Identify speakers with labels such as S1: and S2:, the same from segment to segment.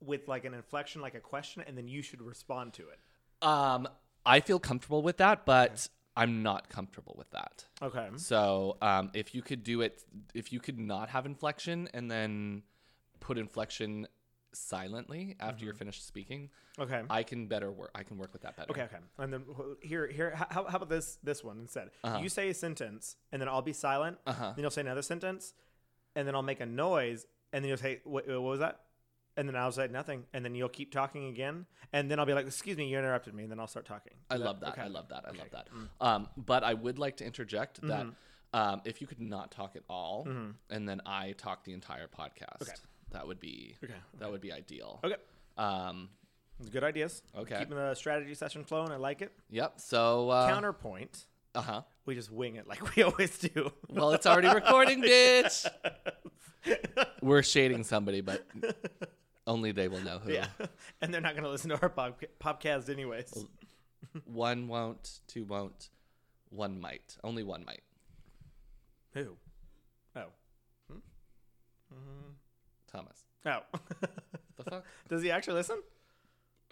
S1: with like an inflection, like a question, and then you should respond to it.
S2: Um, I feel comfortable with that, but I'm not comfortable with that.
S1: Okay.
S2: So, um, if you could do it, if you could not have inflection and then put inflection silently after
S1: Mm-hmm.
S2: you're finished speaking,
S1: Okay.
S2: I can better work. I can work with that better.
S1: Okay, okay. And then wh- here, here. How, how about this? This one instead. You say a sentence, and then I'll be silent.
S2: Uh-huh.
S1: Then you'll say another sentence, and then I'll make a noise, and then you'll say, "What, what was that?" And then I'll say nothing, and then you'll keep talking again, and then I'll be like, "Excuse me, you interrupted me," and then I'll start talking.
S2: I
S1: Is
S2: love that. I
S1: okay. Mm.
S2: love that. I love that. Um, but I would like to interject that
S1: Mm-hmm.
S2: um, if you could not talk at all, and then I talk the entire podcast, that would be
S1: Okay,
S2: that would be ideal.
S1: Okay,
S2: Um,
S1: good ideas.
S2: Okay.
S1: keeping the strategy session flowing. I like it.
S2: yep. So uh,
S1: Counterpoint.
S2: Uh huh.
S1: We just wing it like we always do.
S2: Well, it's already recording, bitch. We're shading somebody, but only they will know who.
S1: yeah, and they're not going to listen to our pop- podcast anyways.
S2: One won't, two won't, one might. Only one might.
S1: Who? Oh,
S2: Thomas.
S1: oh.
S2: The fuck?
S1: Does he actually listen?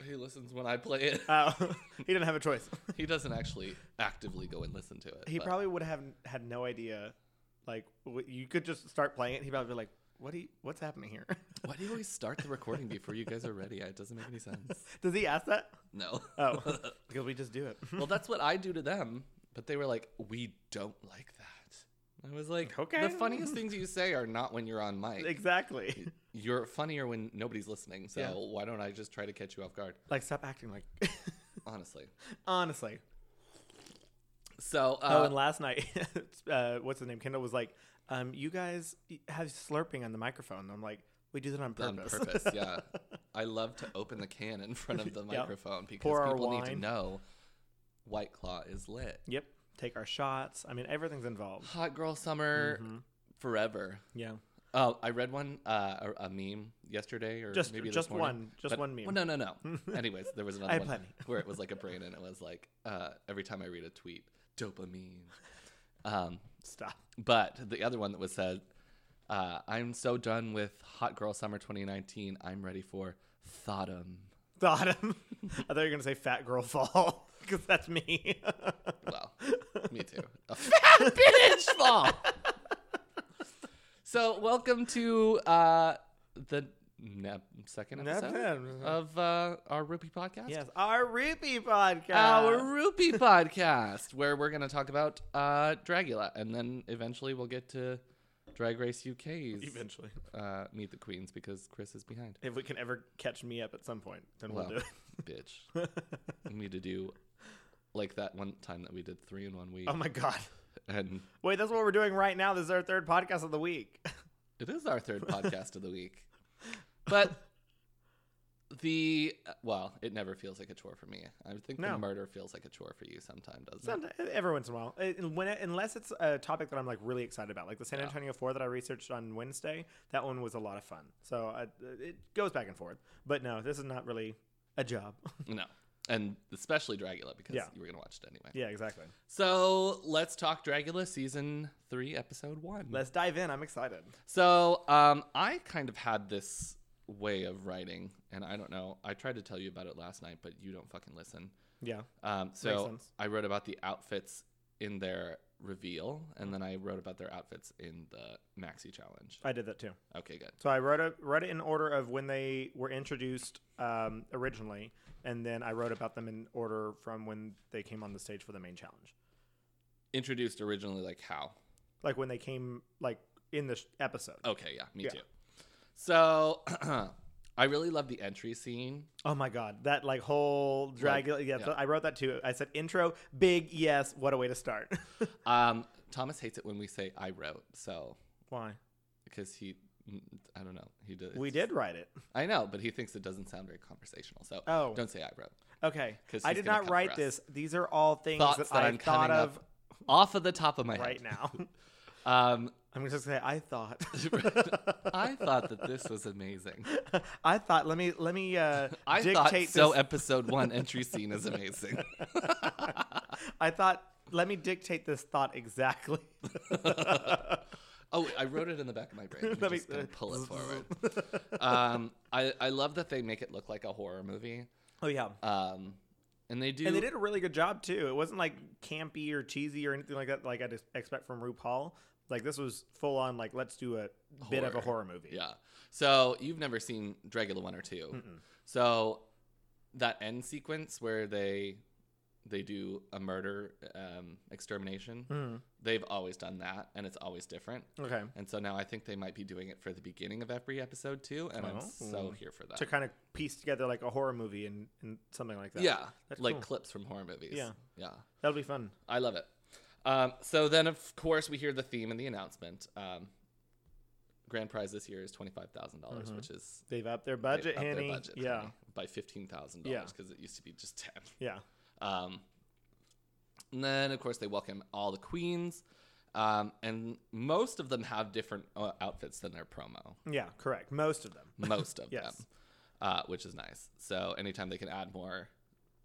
S2: he listens when I play it.
S1: Oh, he didn't have a choice.
S2: He doesn't actually actively go and listen to it.
S1: He
S2: but-
S1: probably would have had no idea. Like w- you could just start playing it. He'd probably be like, "What do you, What's happening here?"
S2: Why do you always start the recording before you guys are ready? It doesn't make any sense.
S1: Does he ask that?
S2: No.
S1: Oh, because we just do it.
S2: well, that's what I do to them, but they were like, "We don't like that." I was like,
S1: Okay.
S2: The funniest things you say are not when you're on mic.
S1: exactly.
S2: You're funnier when nobody's listening. So
S1: Yeah.
S2: why don't I just try to catch you off guard?
S1: Like, stop acting like.
S2: Honestly.
S1: Honestly.
S2: So
S1: Oh,
S2: uh,
S1: and last night, uh, what's his name? Kendall was like, um, "You guys have slurping on the microphone." And I'm like, "We do that on
S2: on
S1: purpose."
S2: purpose, yeah. I love to open the can in front of the microphone because
S1: Pour our
S2: people need to
S1: wine.
S2: know White Claw is lit.
S1: yep. Take our shots. I mean, everything's involved.
S2: Hot girl summer
S1: Mm-hmm.
S2: forever.
S1: Yeah.
S2: Oh, I read one uh, a, a meme yesterday, or
S1: Just-
S2: maybe this
S1: just
S2: morning,
S1: one- just one meme.
S2: Well, no, no, no. Anyways, there was another
S1: I have
S2: one
S1: plenty.
S2: where it was like a brain, and it was like uh, every time I read a tweet, dopamine. Um,
S1: Stop.
S2: but the other one that was said, uh, "I'm so done with hot girl summer 2019. I'm ready for thottum."
S1: Thought him. I thought you were gonna say "fat girl fall" because that's me.
S2: Well, me too. A fat bitch fall. So, welcome to uh, the ne- second
S1: Nep-
S2: episode
S1: yeah.
S2: of uh, our Rupee podcast.
S1: yes, our Rippy podcast.
S2: Our Rupee podcast, where we're going to talk about uh, Dragula, and then eventually we'll get to Drag Race UK's
S1: eventually,
S2: uh, Meet the Queens because Chris is behind.
S1: if we can ever catch me up at some point, then we'll,
S2: Well,
S1: do it.
S2: bitch, we need to do like that one time that we did three in one week,
S1: Oh my god!
S2: and
S1: Wait, that's what we're doing right now. This is our third podcast of the week.
S2: It is our third podcast of the week. But the well, it never feels like a chore for me. I think the
S1: No.
S2: murder feels like a chore for you sometimes, doesn't it?
S1: Sometimes, every once in a while, Uh, when it- unless it's a topic that I'm like really excited about, like the San Antonio Four that I researched on Wednesday. That one was a lot of fun. So I, uh, it goes back and forth. But no, this is not really a job.
S2: No. And especially Dragula because
S1: Yeah.
S2: you were going to watch it anyway.
S1: yeah, exactly.
S2: So, let's talk Dragula season 3 episode 1.
S1: Let's dive in. I'm excited.
S2: So, um, I kind of had this way of writing, and I don't know. I tried to tell you about it last night, but you don't fucking listen.
S1: Yeah.
S2: Um, so
S1: sense.
S2: I wrote about the outfits in their reveal, and then I wrote about their outfits in the maxi challenge.
S1: I did that too.
S2: Okay, good.
S1: So I wrote it wrote it in order of when they were introduced um, originally, and then I wrote about them in order from when they came on the stage for the main challenge,
S2: Introduced originally, like how?
S1: like when they came like in the sh- episode.
S2: Okay, yeah, me
S1: Yeah.
S2: too. So I really love the entry scene.
S1: Oh my god, that like whole drag. yeah,
S2: yeah.
S1: so I wrote that too. I said intro, big yes. What a way to start.
S2: Um, Thomas hates it when we say I wrote, so
S1: Why?
S2: because he, I don't know, he did.
S1: We did write it.
S2: I know, but he thinks it doesn't sound very conversational. So
S1: Oh.
S2: don't say I wrote.
S1: Okay,
S2: 'Cause
S1: I
S2: he's
S1: did
S2: gonna
S1: not
S2: come for
S1: write
S2: us.
S1: this. These are all things
S2: Thoughts
S1: that,
S2: that
S1: I
S2: I'm
S1: thought
S2: coming
S1: of
S2: up off of the top of my
S1: right
S2: head.
S1: now.
S2: Right um,
S1: I'm just gonna say I thought.
S2: I thought that this was amazing.
S1: I thought. Let me let me uh,
S2: I thought
S1: dictate
S2: so.
S1: this.
S2: Episode one entry scene is amazing.
S1: I thought. Let me dictate this thought exactly.
S2: Oh, I wrote it in the back of my brain. I'm
S1: Let me-
S2: just gonna pull it forward. um, I I love that they make it look like a horror movie.
S1: Oh yeah.
S2: Um, and they do.
S1: And they did a really good job too. It wasn't like campy or cheesy or anything like that, like I'd expect from RuPaul. Like this was full on. Like let's do a bit of a horror
S2: Horror.
S1: movie.
S2: Yeah. So you've never seen Dracula one or 2 So that end sequence where they they do a murder um, extermination,
S1: Hmm.
S2: they've always done that, and it's always different.
S1: Mm, Okay.
S2: And so now I think they might be doing it for the beginning of every episode too, and I'm so
S1: Oh.
S2: here for that.
S1: To kind of piece together like a horror movie and, and something like that.
S2: yeah,
S1: That's
S2: like
S1: cool.
S2: clips from horror movies.
S1: Yeah.
S2: yeah,
S1: That'll be fun.
S2: I love it. Um, so then, of course, we hear the theme and the announcement. Um, grand prize this year is twenty dollars,
S1: Mm-hmm.
S2: which is
S1: They've upped their
S2: they've
S1: budget,
S2: upped their
S1: Henny.
S2: budget,
S1: yeah.
S2: honey, by fifteen thousand
S1: Yeah.
S2: dollars because it used to be just ten.
S1: Yeah.
S2: Um, and then, of course, they welcome all the queens, um, and most of them have different uh, outfits than their promo.
S1: Yeah. Correct. Most of them.
S2: Most of
S1: Yes.
S2: them, uh, which is nice. So anytime they can add more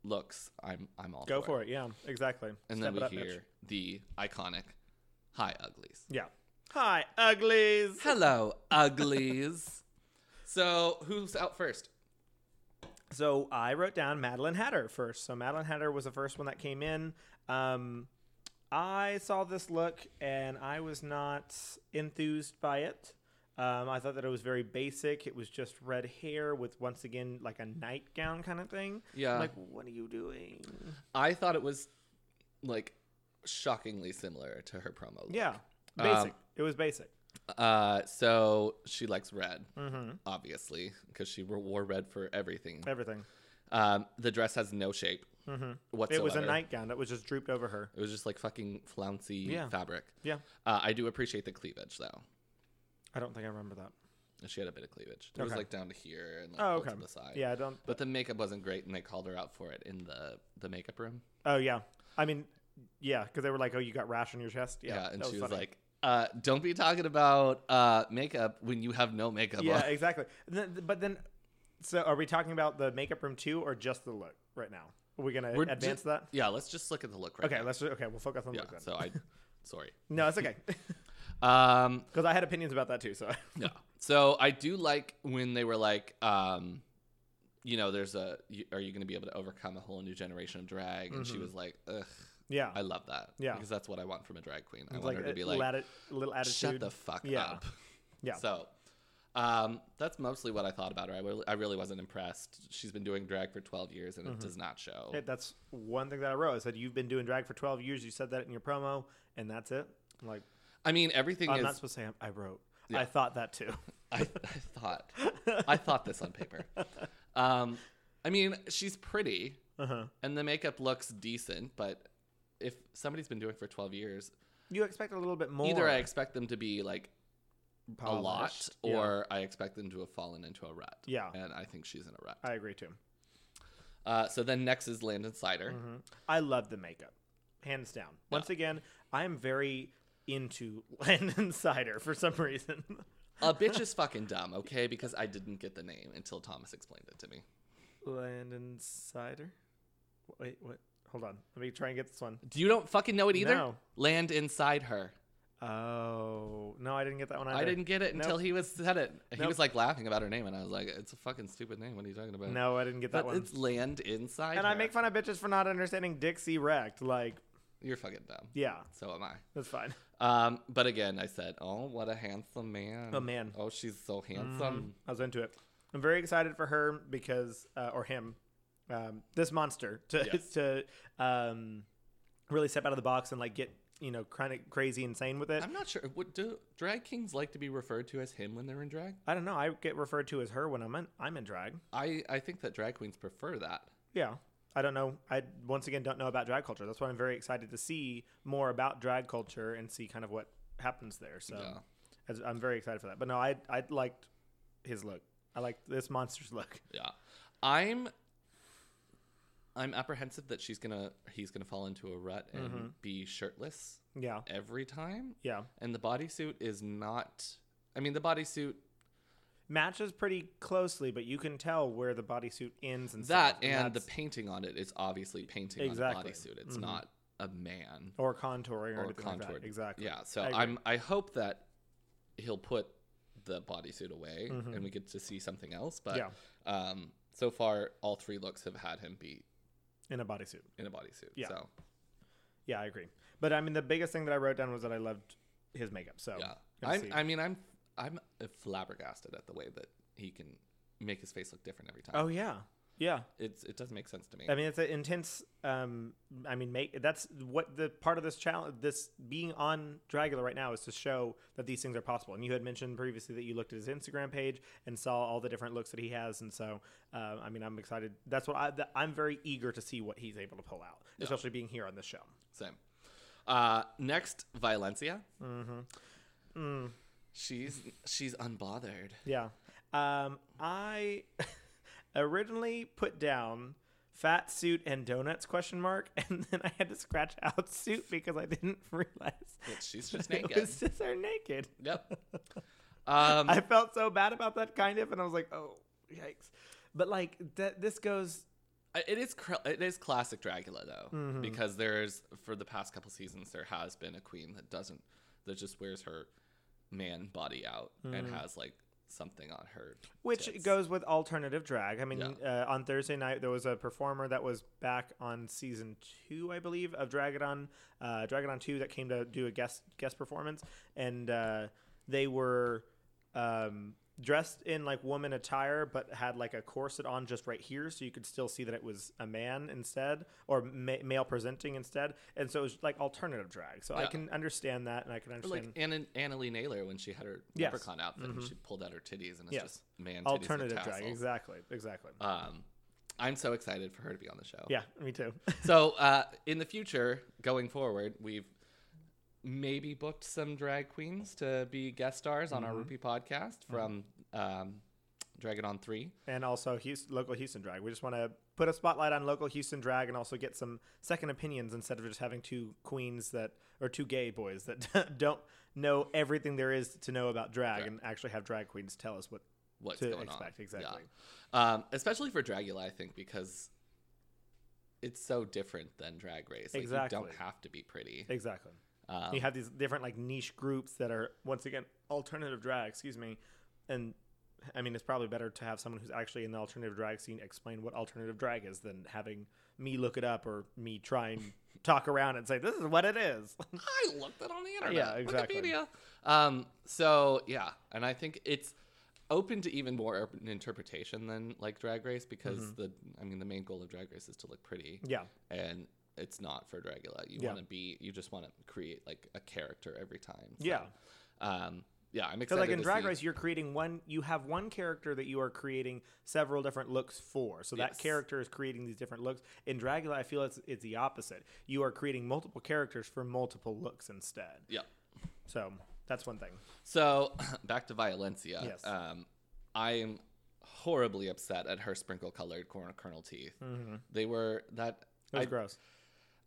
S2: looks, I'm I'm all
S1: Go
S2: for,
S1: for it. Yeah. Exactly.
S2: And
S1: Step
S2: then we
S1: it up,
S2: hear
S1: bitch.
S2: the iconic "Hi, uglies."
S1: Yeah. Hi, uglies.
S2: Hello, uglies. so who's out first?
S1: So I wrote down Madeline Hatter first. So Madeline Hatter was the first one that came in. Um, I saw this look and I was not enthused by it. Um, I thought that it was very basic. It was just red hair with once again like a nightgown kind of thing.
S2: Yeah.
S1: I'm like, what are you doing?
S2: I thought it was like shockingly similar to her promo. look.
S1: Yeah.
S2: Um,
S1: Basic. it was basic.
S2: Uh, so she likes red,
S1: Mm-hmm.
S2: obviously, because she wore- wore red for everything.
S1: Everything.
S2: Um, the dress has no shape
S1: Mm-hmm. It
S2: whatsoever.
S1: was a nightgown that was just drooped over her.
S2: It was just like fucking flouncy
S1: Yeah.
S2: fabric.
S1: Yeah.
S2: Uh, I do appreciate the cleavage though.
S1: I don't think I remember that.
S2: She had a bit of cleavage. It was
S1: Okay.
S2: like down to here and like
S1: Oh,
S2: pulled
S1: okay.
S2: to the side.
S1: Yeah, I don't.
S2: But the makeup wasn't great, and they called her out for it in the the makeup room.
S1: Oh, yeah. I mean, yeah, because they were like, oh, you got rash on your chest. Yeah.
S2: Yeah,
S1: that
S2: and she was
S1: funny.
S2: like, uh, "Don't be talking about uh, makeup when you have no makeup
S1: Yeah,
S2: on."
S1: exactly. Th- th- But then, so are we talking about the makeup room too, or just the look right now? Are we gonna
S2: We're ju-
S1: advance that?
S2: Yeah, let's just look at the look right.
S1: Okay,
S2: now.
S1: let's. Okay, we'll focus on the
S2: yeah.
S1: look then.
S2: So I, sorry.
S1: no, it's okay,
S2: Um,
S1: because I had opinions about that too. So
S2: Yeah. So I do like when they were like, um, you know, there's a, you- are you going to be able to overcome a whole new generation of drag? And she was like, ugh,
S1: yeah,
S2: I love that.
S1: Mm-hmm. Yeah.
S2: Because that's what I want from a drag queen. I
S1: It's
S2: want her to
S1: a
S2: be
S1: little
S2: like,
S1: atti- little attitude.
S2: shut the fuck
S1: Yeah.
S2: up.
S1: Yeah.
S2: So um, that's mostly what I thought about her. I really, I really wasn't impressed. She's been doing drag for 12 years and
S1: Mm-hmm.
S2: it does not show.
S1: Hey, that's one thing that I wrote. I said you've been doing drag for twelve years. You said that in your promo, and that's it. I'm like
S2: I mean, everything
S1: I'm
S2: is.
S1: not supposed to say I wrote. I thought that too.
S2: I, I thought I thought this on paper. Um, I mean, she's pretty,
S1: Uh-huh.
S2: and the makeup looks decent. But if somebody's been doing it for twelve years,
S1: You expect a little bit more.
S2: either I expect them to be like a lot,
S1: polished. Yeah.
S2: or I expect them to have fallen into a rut.
S1: Yeah.
S2: and I think she's in a rut.
S1: I agree too.
S2: Uh, so then next is Landon Sider.
S1: Mm-hmm. I love the makeup, hands down. Once again, I am very into Landon Cider for some reason.
S2: A bitch is fucking dumb, okay? Because I didn't get the name until Thomas explained it to me.
S1: Landon Cider? Wait, what? Hold on. Let me try and get this one.
S2: Do you don't fucking know it either?
S1: No.
S2: Land inside her.
S1: Oh no, I didn't get that one. Either.
S2: I didn't get it
S1: Nope.
S2: until he was said it. He
S1: Nope.
S2: was like laughing about her name, and I was like, "It's a fucking stupid name. What are you talking about?"
S1: No, I didn't get that
S2: but
S1: one.
S2: it's land inside.
S1: And I
S2: her.
S1: make fun of bitches for not understanding Dixie wrecked. Like,
S2: You're fucking dumb.
S1: yeah,
S2: So am I.
S1: that's fine.
S2: Um, but again, I said, "Oh, what a handsome man."
S1: Oh, man. Mm.
S2: Oh, she's so handsome.
S1: I was into it. I'm very excited for her because, uh, or him, um, this monster to
S2: Yes.
S1: to um, really step out of the box and like get you know kind of crazy insane with it.
S2: I'm not sure. What do drag kings like to be referred to as him when they're in drag?
S1: I don't know. I get referred to as her when I'm in, I'm in drag.
S2: I I think that drag queens prefer that.
S1: Yeah. I don't know. I once again don't know about drag culture. That's why I'm very excited to see more about drag culture and see kind of what happens there. So
S2: Yeah.
S1: as- I'm very excited for that. But no, I I liked his look. I liked this monster's look.
S2: Yeah. I'm I'm apprehensive that she's gonna he's gonna fall into a rut and
S1: Mm-hmm.
S2: be shirtless
S1: Yeah.
S2: every time.
S1: Yeah.
S2: And the bodysuit is not. I mean, the bodysuit
S1: matches pretty closely, but you can tell where the bodysuit ends and
S2: that
S1: stuff,
S2: and the
S1: that's-
S2: painting on it is obviously painting on
S1: Exactly. Mm-hmm.
S2: a bodysuit. It's not a man
S1: or contouring or,
S2: or
S1: anything like
S2: contoured.
S1: that. Exactly.
S2: Yeah. So
S1: I agree.
S2: I am I hope that he'll put the bodysuit away and we get to see something else. But
S1: Mm-hmm. Yeah.
S2: um, so far, all three looks have had him beat
S1: in a bodysuit.
S2: in a bodysuit.
S1: Yeah. Oh,
S2: So
S1: Yeah, I agree. But I mean, the biggest thing that I wrote down was that I loved his makeup. So
S2: yeah,
S1: gonna
S2: I'm,
S1: see.
S2: I mean, I'm I'm flabbergasted at the way that he can make his face look different every time.
S1: oh yeah, yeah.
S2: It's it doesn't make sense to me.
S1: I mean, it's an intense. Um, I mean, make that's what the part of this challenge, this being on Dragula right now, is to show that these things are possible. And you had mentioned previously that you looked at his Instagram page and saw all the different looks that he has. And so, uh, I mean, I'm excited. That's what I, that, I'm very eager to see what he's able to pull out, especially being here on this show.
S2: Same. Uh, next, Violencia. Mm-hmm. She's she's unbothered.
S1: Yeah. Um, I originally put down fat suit and donuts question mark, and then I had to scratch out suit because I didn't realize
S2: That she's just
S1: it
S2: naked.
S1: was just her naked.
S2: Yep. Um,
S1: I felt so bad about that, kind of, and I was like, oh, yikes. But like that, this goes.
S2: it is cr- it is classic Dracula though,
S1: Mm-hmm.
S2: because there's for the past couple seasons there has been a queen that doesn't that just wears her man body out and has like something on her,
S1: Mm-hmm. Which
S2: tits.
S1: goes with alternative drag. I mean, uh, on Thursday night there was a performer that was back on season two, I believe, of Dragadon, uh, Dragadon two, that came to do a guest guest performance, and uh, they were um, dressed in like woman attire, but had like a corset on just right here, so you could still see that it was a man instead, or ma- male presenting instead, and so it was like alternative drag. So I
S2: Yeah.
S1: can understand that, and I can
S2: Or
S1: understand.
S2: like Anna, Anna Lee Naylor when she had her
S1: Yes. Mm-hmm.
S2: leprechaun outfit and she pulled out her titties and it's
S1: Yes.
S2: just man titties
S1: alternative
S2: with
S1: drag,
S2: tassels.
S1: exactly, exactly.
S2: Um, I'm so excited for her to be on the show.
S1: yeah, me too.
S2: So uh, in the future, going forward, we've maybe booked some drag queens to be guest stars on our
S1: Mm-hmm.
S2: Rupee podcast from um, Dragon on Three.
S1: and also Houston, local Houston drag. We just want to put a spotlight on local Houston drag and also get some second opinions instead of just having two queens that or two gay boys that don't know everything there is to know about drag and actually have drag queens tell us what
S2: What's
S1: to
S2: going
S1: expect
S2: on?
S1: exactly.
S2: Yeah. Um, especially for Dragula, I think because it's so different than Drag Race. Like, You
S1: Exactly.
S2: don't have to be pretty.
S1: Exactly.
S2: Um,
S1: you have these different like niche groups that are once again alternative drag, excuse me, and I mean it's probably better to have someone who's actually in the alternative drag scene explain what alternative drag is than having me look it up or me try and talk around and say this is what it is.
S2: I looked it on the internet.
S1: Yeah, exactly.
S2: Wikipedia. Um, so yeah, and I think it's open to even more open interpretation than like Drag Race because the I mean the main goal of Drag Race is to look pretty.
S1: Mm-hmm. yeah.
S2: And it's not for Dragula. You
S1: Yeah.
S2: want to be. You just want to create like a character every time. So,
S1: Yeah.
S2: Um, yeah, I'm
S1: Because
S2: excited.
S1: like in
S2: to
S1: Drag
S2: see-
S1: Race, you're creating one. You have one character that you are creating several different looks for. So that
S2: Yes.
S1: character is creating these different looks. In Dragula, I feel it's it's the opposite. You are creating multiple characters for multiple looks instead.
S2: Yeah.
S1: So that's one thing.
S2: So back to Violencia.
S1: Yes.
S2: Um, I am horribly upset at her sprinkle colored kernel teeth. They were that.
S1: Mm-hmm. It was
S2: I-
S1: gross.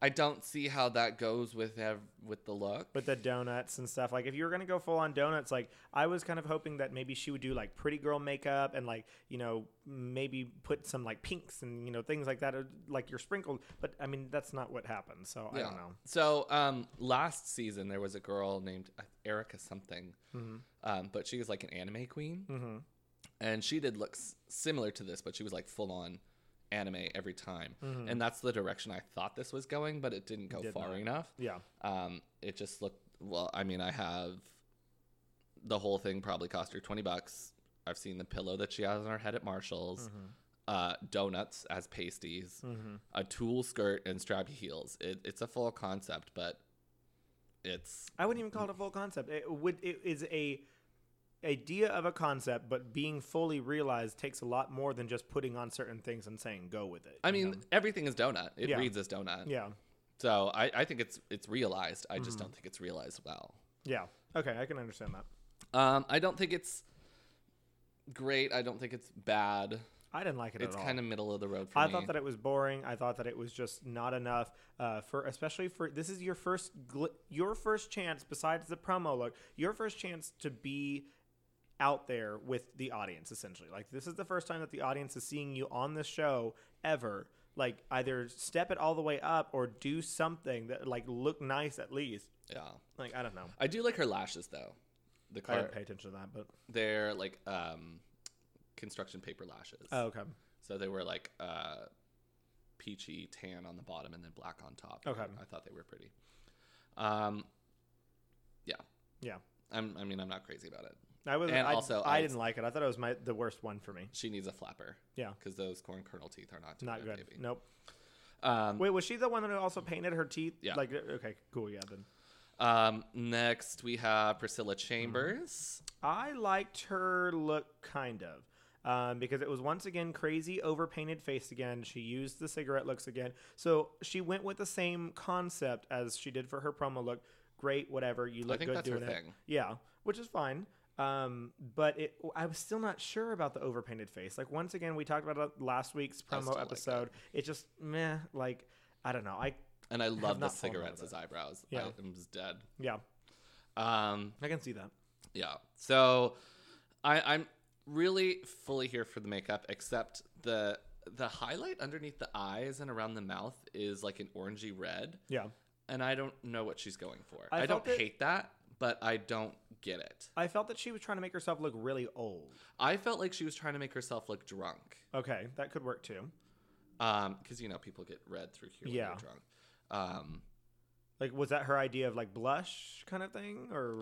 S2: I don't see how that goes with ev- with the look.
S1: With the donuts and stuff. Like if you were gonna go full on donuts, like I was kind of hoping that maybe she would do like pretty girl makeup and like you know maybe put some like pinks and you know things like that, or, like you're sprinkled. But I mean that's not what happened. So I don't
S2: Yeah.
S1: know.
S2: So um, last season there was a girl named uh, Erica something,
S1: Mm-hmm.
S2: um, but she was like an anime queen, mm-hmm. and she did look s- similar to this, but she was like full on anime every time,
S1: Mm-hmm.
S2: and that's the direction I thought this was going, but it didn't go
S1: Hmm. Did
S2: far
S1: not.
S2: enough.
S1: Yeah.
S2: Um, it just looked well. I mean, I have the whole thing probably cost her twenty bucks. I've seen the pillow that she has on her head at Marshalls,
S1: Mm-hmm.
S2: uh, donuts as pasties, a tulle skirt, and strappy heels. It, it's a full concept, but it's
S1: I wouldn't even call it a full concept. It would it is a idea of a concept, but being fully realized takes a lot more than just putting on certain things and saying go with it.
S2: I
S1: you
S2: mean
S1: know?
S2: everything is donut. It
S1: Yeah.
S2: reads as donut.
S1: yeah, Mm-hmm.
S2: So I, I think it's it's realized. I just don't think it's realized well.
S1: yeah. Okay, I can understand that.
S2: Um, I don't think it's great. I don't think it's bad.
S1: I didn't like it
S2: It's
S1: at all.
S2: kind of middle of the road for
S1: I
S2: me.
S1: thought that it was boring. I thought that it was just not enough uh, for, especially for this is your first gl- your first chance besides the promo look, your first chance to be out there with the audience essentially. Like this is the first time that the audience is seeing you on the show ever. Like either step it all the way up or do something that like look nice at least.
S2: yeah.
S1: Like I don't know.
S2: I do like her lashes though. the
S1: I
S2: car
S1: didn't pay attention to that, but
S2: they're like um construction paper lashes.
S1: oh, okay,
S2: So they were like uh peachy tan on the bottom and then black on top.
S1: Okay.
S2: I thought they were pretty. Um yeah.
S1: yeah.
S2: I'm I mean I'm not crazy about it.
S1: I was.
S2: And
S1: I,
S2: also,
S1: I
S2: I-
S1: didn't like it. I thought it was my the worst one for me.
S2: She needs a flapper.
S1: Yeah.
S2: Because those corn kernel teeth are not doing
S1: Not
S2: it,
S1: good.
S2: baby.
S1: Nope.
S2: Um,
S1: Wait, was she the one that also painted her teeth?
S2: Yeah.
S1: Like, uh, okay, cool. Yeah, then.
S2: um, next we have Priscilla
S1: Mm-hmm.
S2: Chambers.
S1: I liked her look kind of. Um, because it was once again crazy overpainted face again. She used the cigarette looks again. So she went with the same concept as she did for her promo look. Great, whatever. You look
S2: think
S1: good
S2: that's her
S1: doing it.
S2: thing.
S1: Yeah, which is fine. Um, but it, I was still not sure about the overpainted face. Like once again, we talked about it last week's
S2: I still
S1: promo
S2: like it.
S1: episode. It's just meh. Like I don't know. I
S2: And I love the
S1: not fallen in love
S2: cigarettes
S1: with
S2: as eyebrows.
S1: Yeah.
S2: I am just dead.
S1: yeah,
S2: Um,
S1: I can see that.
S2: yeah. So I, I'm really fully here for the makeup, except the the highlight underneath the eyes and around the mouth is like an orangey red.
S1: Yeah.
S2: And I don't know what she's going for.
S1: I
S2: I, don't
S1: felt it-
S2: hate that, but I don't get it.
S1: I felt that she was trying to make herself look really old.
S2: I felt like she was trying to make herself look drunk.
S1: Okay, that could work too.
S2: Um, because you know people get red through here when
S1: Yeah.
S2: they're drunk. Um,
S1: Like, was that her idea of like blush kind of thing, or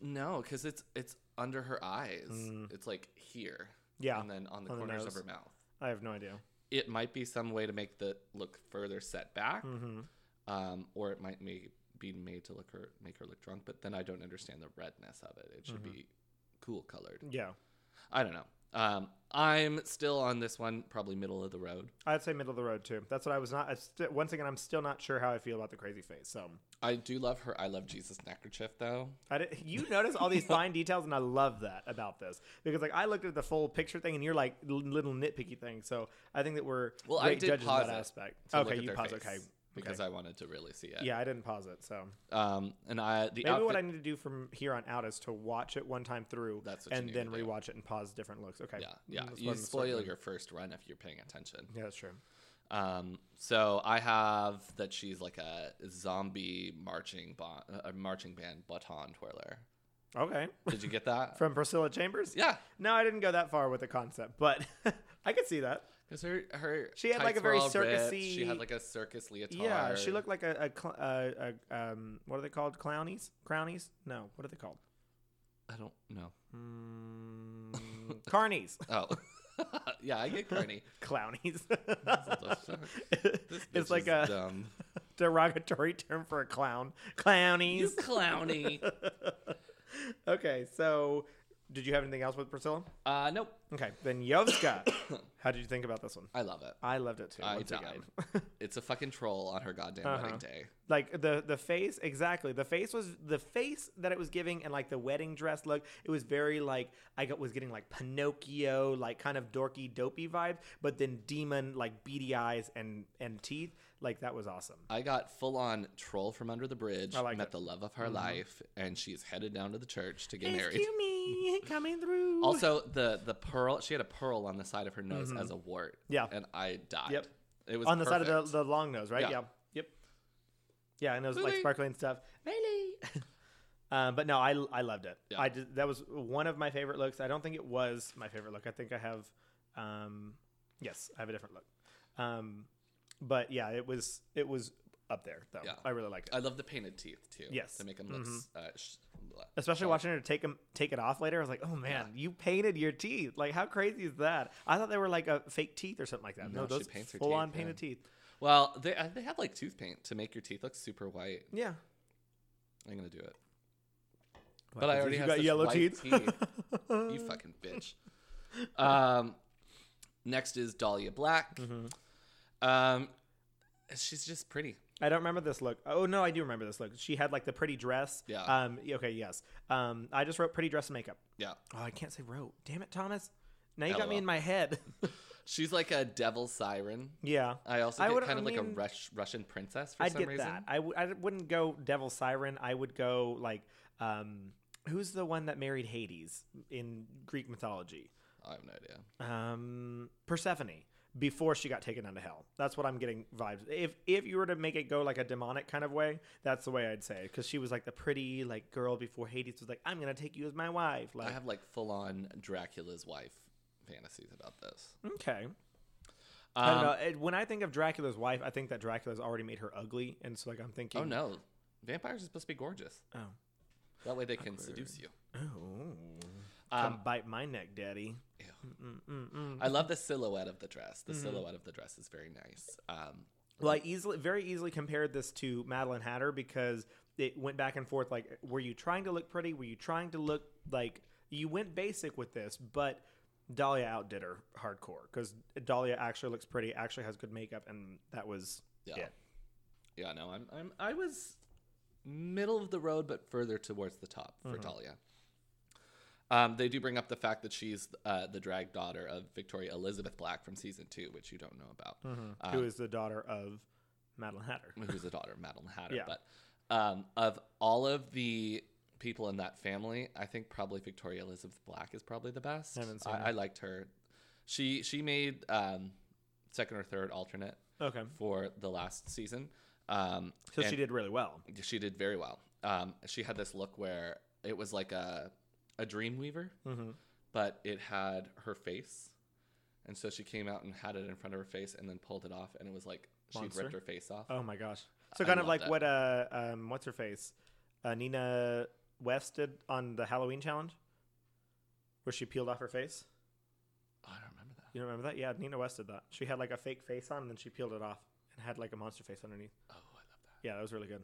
S2: no, because it's it's under her eyes. It's like here.
S1: Mm. Yeah,
S2: and then on the
S1: on the
S2: corners
S1: nose.
S2: of her mouth.
S1: I have no idea.
S2: It might be some way to make the look further set back,
S1: Mm-hmm.
S2: um, or it might may, be made to look her make her look drunk. But then I don't understand the redness of it. It should be
S1: Mm-hmm.
S2: cool colored.
S1: Yeah,
S2: I don't know. Um, I'm still on this one, probably middle of the road.
S1: I'd say middle of the road too. That's what I was not. I st- once again, I'm still not sure how I feel about the crazy face. So
S2: I do love her. I love Jesus neckerchief though.
S1: I did, you notice all these fine details, and I love that about this because like I looked at the full picture thing, and you're like l- little nitpicky thing. So I think that we're
S2: Well, I
S1: great
S2: did
S1: judges in
S2: pause
S1: that
S2: it
S1: aspect.
S2: to
S1: okay,
S2: look at
S1: you
S2: their
S1: pause.
S2: face,
S1: Okay,
S2: because
S1: okay.
S2: I wanted to really see it.
S1: yeah, I didn't pause it. So
S2: Um, and I the
S1: maybe
S2: outfit,
S1: what I need to do from here on out is to watch it one time through,
S2: That's what you
S1: and
S2: need
S1: then
S2: to do.
S1: rewatch it and pause different looks. Okay, Mm,
S2: yeah yeah
S1: That's what
S2: you
S1: I'm starting
S2: spoil
S1: with.
S2: your first run if you're paying attention.
S1: Yeah, that's true.
S2: Um, so I have that she's like a zombie marching bond, a marching band baton twirler.
S1: Okay.
S2: Did you get that?
S1: From Priscilla Chambers?
S2: yeah,
S1: No, I didn't go that far with the concept, but I could see that.
S2: because her her
S1: She had, like,
S2: tights
S1: a very
S2: were all ripped.
S1: circusy-
S2: She had like a circus leotard.
S1: Yeah, she looked like a, a, cl- a, a um, what are they called? Clownies? Crownies? No, what are they called?
S2: I don't know.
S1: Mm, carnies.
S2: Oh, yeah, I get carny.
S1: Clownies.
S2: This bitch
S1: it's like
S2: is
S1: a
S2: dumb.
S1: derogatory term for a clown. Clownies.
S2: He's clowny.
S1: okay, so did you have anything else with Priscilla?
S2: Uh, nope.
S1: Okay, then Yovska. How did you think about this one?
S2: I love it.
S1: I loved it too.
S2: I
S1: once
S2: died.
S1: again.
S2: it's a fucking troll on her goddamn
S1: Uh-huh.
S2: wedding day.
S1: like the the face exactly the face was the face that it was giving and like the wedding dress look it was very like i got was getting like pinocchio like kind of dorky dopey vibes but then demon like beady eyes and and teeth like that was awesome
S2: I got full on troll from under the bridge,
S1: I like it.
S2: met
S1: Mm-hmm.
S2: the love of her life, and she's headed down to the church to get married.
S1: excuse me coming through
S2: Also, the the pearl she had a pearl on the side of her nose as a wart.
S1: Mm-hmm. Yeah.
S2: and I died.
S1: Yep.
S2: it was
S1: on the side of
S2: perfect.
S1: the, the long nose right yeah,
S2: Yeah.
S1: yep yeah and it was like
S2: Lily.
S1: sparkling stuff really Um, but no, I, I loved it.
S2: Yeah.
S1: I did, that was one of my favorite looks. I don't think it was my favorite look. I think I have, um, yes, I have a different look. Um, but yeah, it was it was up there though.
S2: Yeah.
S1: I really liked it,
S2: I love the painted teeth too.
S1: Yes. Mm-hmm.
S2: to make them look. s Uh, sh-
S1: especially watching her take 'em- take it off later. I was like, oh man, you painted your teeth. Like how crazy is that? I thought they were like a fake teeth or something like that. No,
S2: No, she
S1: those
S2: paints her
S1: full on
S2: teeth, yeah.
S1: painted teeth.
S2: Well, they uh, they have like tooth paint to make your teeth look super white.
S1: Yeah,
S2: I'm gonna do it. But I already
S1: you
S2: have
S1: got
S2: such
S1: yellow
S2: white
S1: teeth.
S2: teeth. you fucking bitch. Um, next is Dahlia Black.
S1: Mm-hmm.
S2: Um, she's just pretty.
S1: I don't remember this look. Oh no, I do remember this look. She had like the pretty dress.
S2: Yeah.
S1: Um. Okay. Yes. Um. I just wrote pretty dress and makeup.
S2: Yeah,
S1: Oh, I can't say wrote. Damn it, Thomas. Now you got me
S2: LOL.
S1: in my head.
S2: she's like a devil siren.
S1: yeah.
S2: I also
S1: I
S2: get
S1: would-
S2: kind
S1: I
S2: of like a
S1: mean,
S2: Rush, Russian princess for
S1: I'd
S2: Uh, some
S1: get
S2: reason.
S1: that. I, w- I wouldn't go devil siren. I would go like um. Who's the one that married Hades in Greek mythology?
S2: I have no idea.
S1: Um, Persephone. before she got taken into hell. That's what I'm getting vibes. If if you were to make it go like a demonic kind of way, that's the way I'd say because she was like the pretty like girl before Hades was like, I'm gonna take you as my wife.
S2: I
S1: Like,
S2: have like full on Dracula's wife fantasies about this.
S1: okay, I don't
S2: Uh-huh. Um,
S1: know. It, when I think of Dracula's wife, I think that Dracula's already made her ugly, and so like I'm thinking,
S2: oh no, vampires are supposed to be gorgeous.
S1: oh,
S2: That way they can seduce you.
S1: oh, come
S2: Um,
S1: bite my neck, daddy.
S2: ew.
S1: Mm-mm-mm.
S2: I love the silhouette of the dress.
S1: Mm-hmm.
S2: The silhouette of the dress is very nice. Um,
S1: Well, I easily, very easily compared this to Madeline Hatter because it went back and forth. Like, were you trying to look pretty? Were you trying to look like you went basic with this? But Dahlia outdid her hardcore because Dahlia actually looks pretty, actually has good makeup, and that was
S2: yeah. yeah,
S1: it.
S2: No, I'm, I'm, I was middle of the road, but further towards the top for
S1: Mm-hmm.
S2: Dahlia. Um, they do bring up the fact that she's uh, the drag daughter of Victoria Elizabeth Black from season two, which you don't know about. Um,
S1: Mm-hmm. Who is the daughter of Madeline Hatter?
S2: who's the daughter of Madeline Hatter.
S1: Yeah.
S2: But um, of all of the people in that family, I think probably Victoria Elizabeth Black is probably the best.
S1: I haven't seen her.
S2: I, I liked her. She she made um, second or third alternate
S1: Okay,
S2: for the last season. Um,
S1: so
S2: and
S1: she did really well.
S2: she did very well. Um, she had this look where it was like a a dream weaver,
S1: Mm-hmm.
S2: but it had her face. And so she came out and had it in front of her face and then pulled it off and it was like she
S1: Monster?
S2: ripped her face off.
S1: Oh my gosh! So
S2: I
S1: kind of
S2: love
S1: like
S2: that.
S1: what uh um what's her face, uh, Nina West did on the Halloween challenge, where she peeled off her face.
S2: I don't remember that.
S1: You remember that? Yeah, Nina West did that. She had like a fake face on, and then she peeled it off and had like a monster face underneath.
S2: Oh, I love that.
S1: Yeah, that was really good.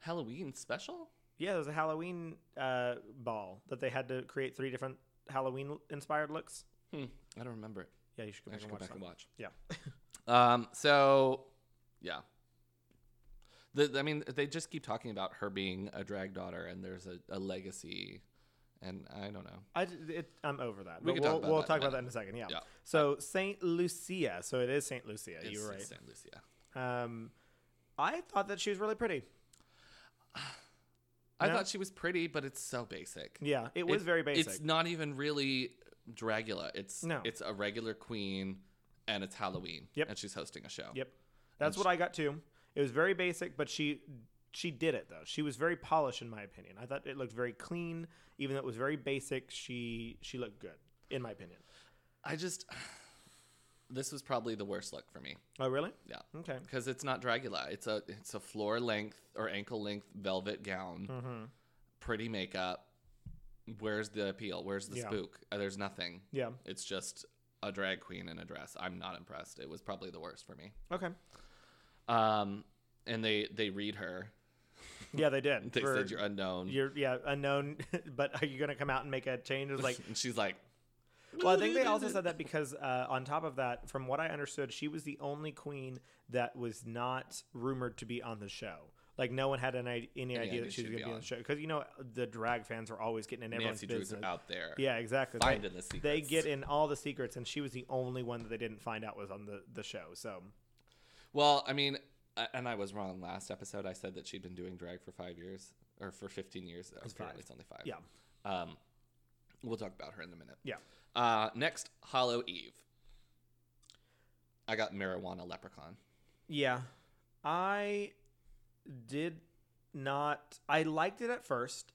S2: Halloween special?
S1: Yeah, there was a Halloween uh, ball that they had to create three different Halloween inspired looks.
S2: Hmm. I don't remember it.
S1: Yeah, you should go
S2: I
S1: back,
S2: should
S1: and
S2: go
S1: watch,
S2: back
S1: that.
S2: and watch.
S1: Yeah,
S2: Um, so, yeah. The, I mean, they just keep talking about her being a drag daughter, and there's a, a legacy, and I don't know.
S1: I, d- it, I'm over that.
S2: We
S1: But
S2: can
S1: we'll we'll talk
S2: talk about that in a
S1: about that in
S2: minute.
S1: a second. Yeah.
S2: Yeah.
S1: So Saint Lucia. So it is Saint Lucia. you
S2: It's
S1: were right.
S2: Saint Lucia.
S1: Um, I thought that she was really pretty.
S2: I
S1: Yeah.
S2: thought she was pretty, but it's so basic.
S1: Yeah, it was
S2: It-
S1: very basic.
S2: It's not even really Dragula. It's
S1: No.
S2: it's a regular queen, and it's Halloween.
S1: Yep.
S2: And she's hosting a show.
S1: Yep. That's what I got too. It was very basic, but she she did it though. She was very polished in my opinion. I thought it looked very clean, even though it was very basic, she she looked good, in my opinion.
S2: I just, this was probably the worst look for me.
S1: Oh really?
S2: Yeah.
S1: Okay.
S2: because it's not Dragula. It's a it's a floor length or ankle length velvet gown,
S1: Mm-hmm.
S2: pretty makeup. Where's the appeal? Where's the
S1: Yeah.
S2: spook? Uh, There's nothing.
S1: Yeah.
S2: It's just a drag queen in a dress. I'm not impressed. It was probably the worst for me.
S1: Okay.
S2: Um, and they they read her.
S1: Yeah, they did.
S2: They
S1: For-
S2: said you're unknown.
S1: you're- yeah, unknown, but are you gonna come out and make a change? It's like
S2: and she's like,
S1: Well, I think they also said that because, uh, on top of that, from what I understood, she was the only queen that was not rumored to be on the show. Like no one had an, i- any idea
S2: idea
S1: that she was
S2: she'd
S1: going to
S2: be
S1: be on
S2: on.
S1: the show because you know the drag fans are always getting in everyone's
S2: Nancy Drew's
S1: business.
S2: out there.
S1: Yeah, exactly.
S2: Finding the
S1: they, they
S2: secrets.
S1: get in all the secrets, and she was the only one that they didn't find out was on the the show. So
S2: Well, I mean, a- and I was wrong. Last episode, I said that she'd been doing drag for five years or for fifteen years. Apparently, it's only five.
S1: yeah,
S2: Um, we'll talk about her in a minute.
S1: yeah.
S2: Uh, next, Hollow Eve. I got marijuana leprechaun.
S1: Yeah. I did not I liked it at first,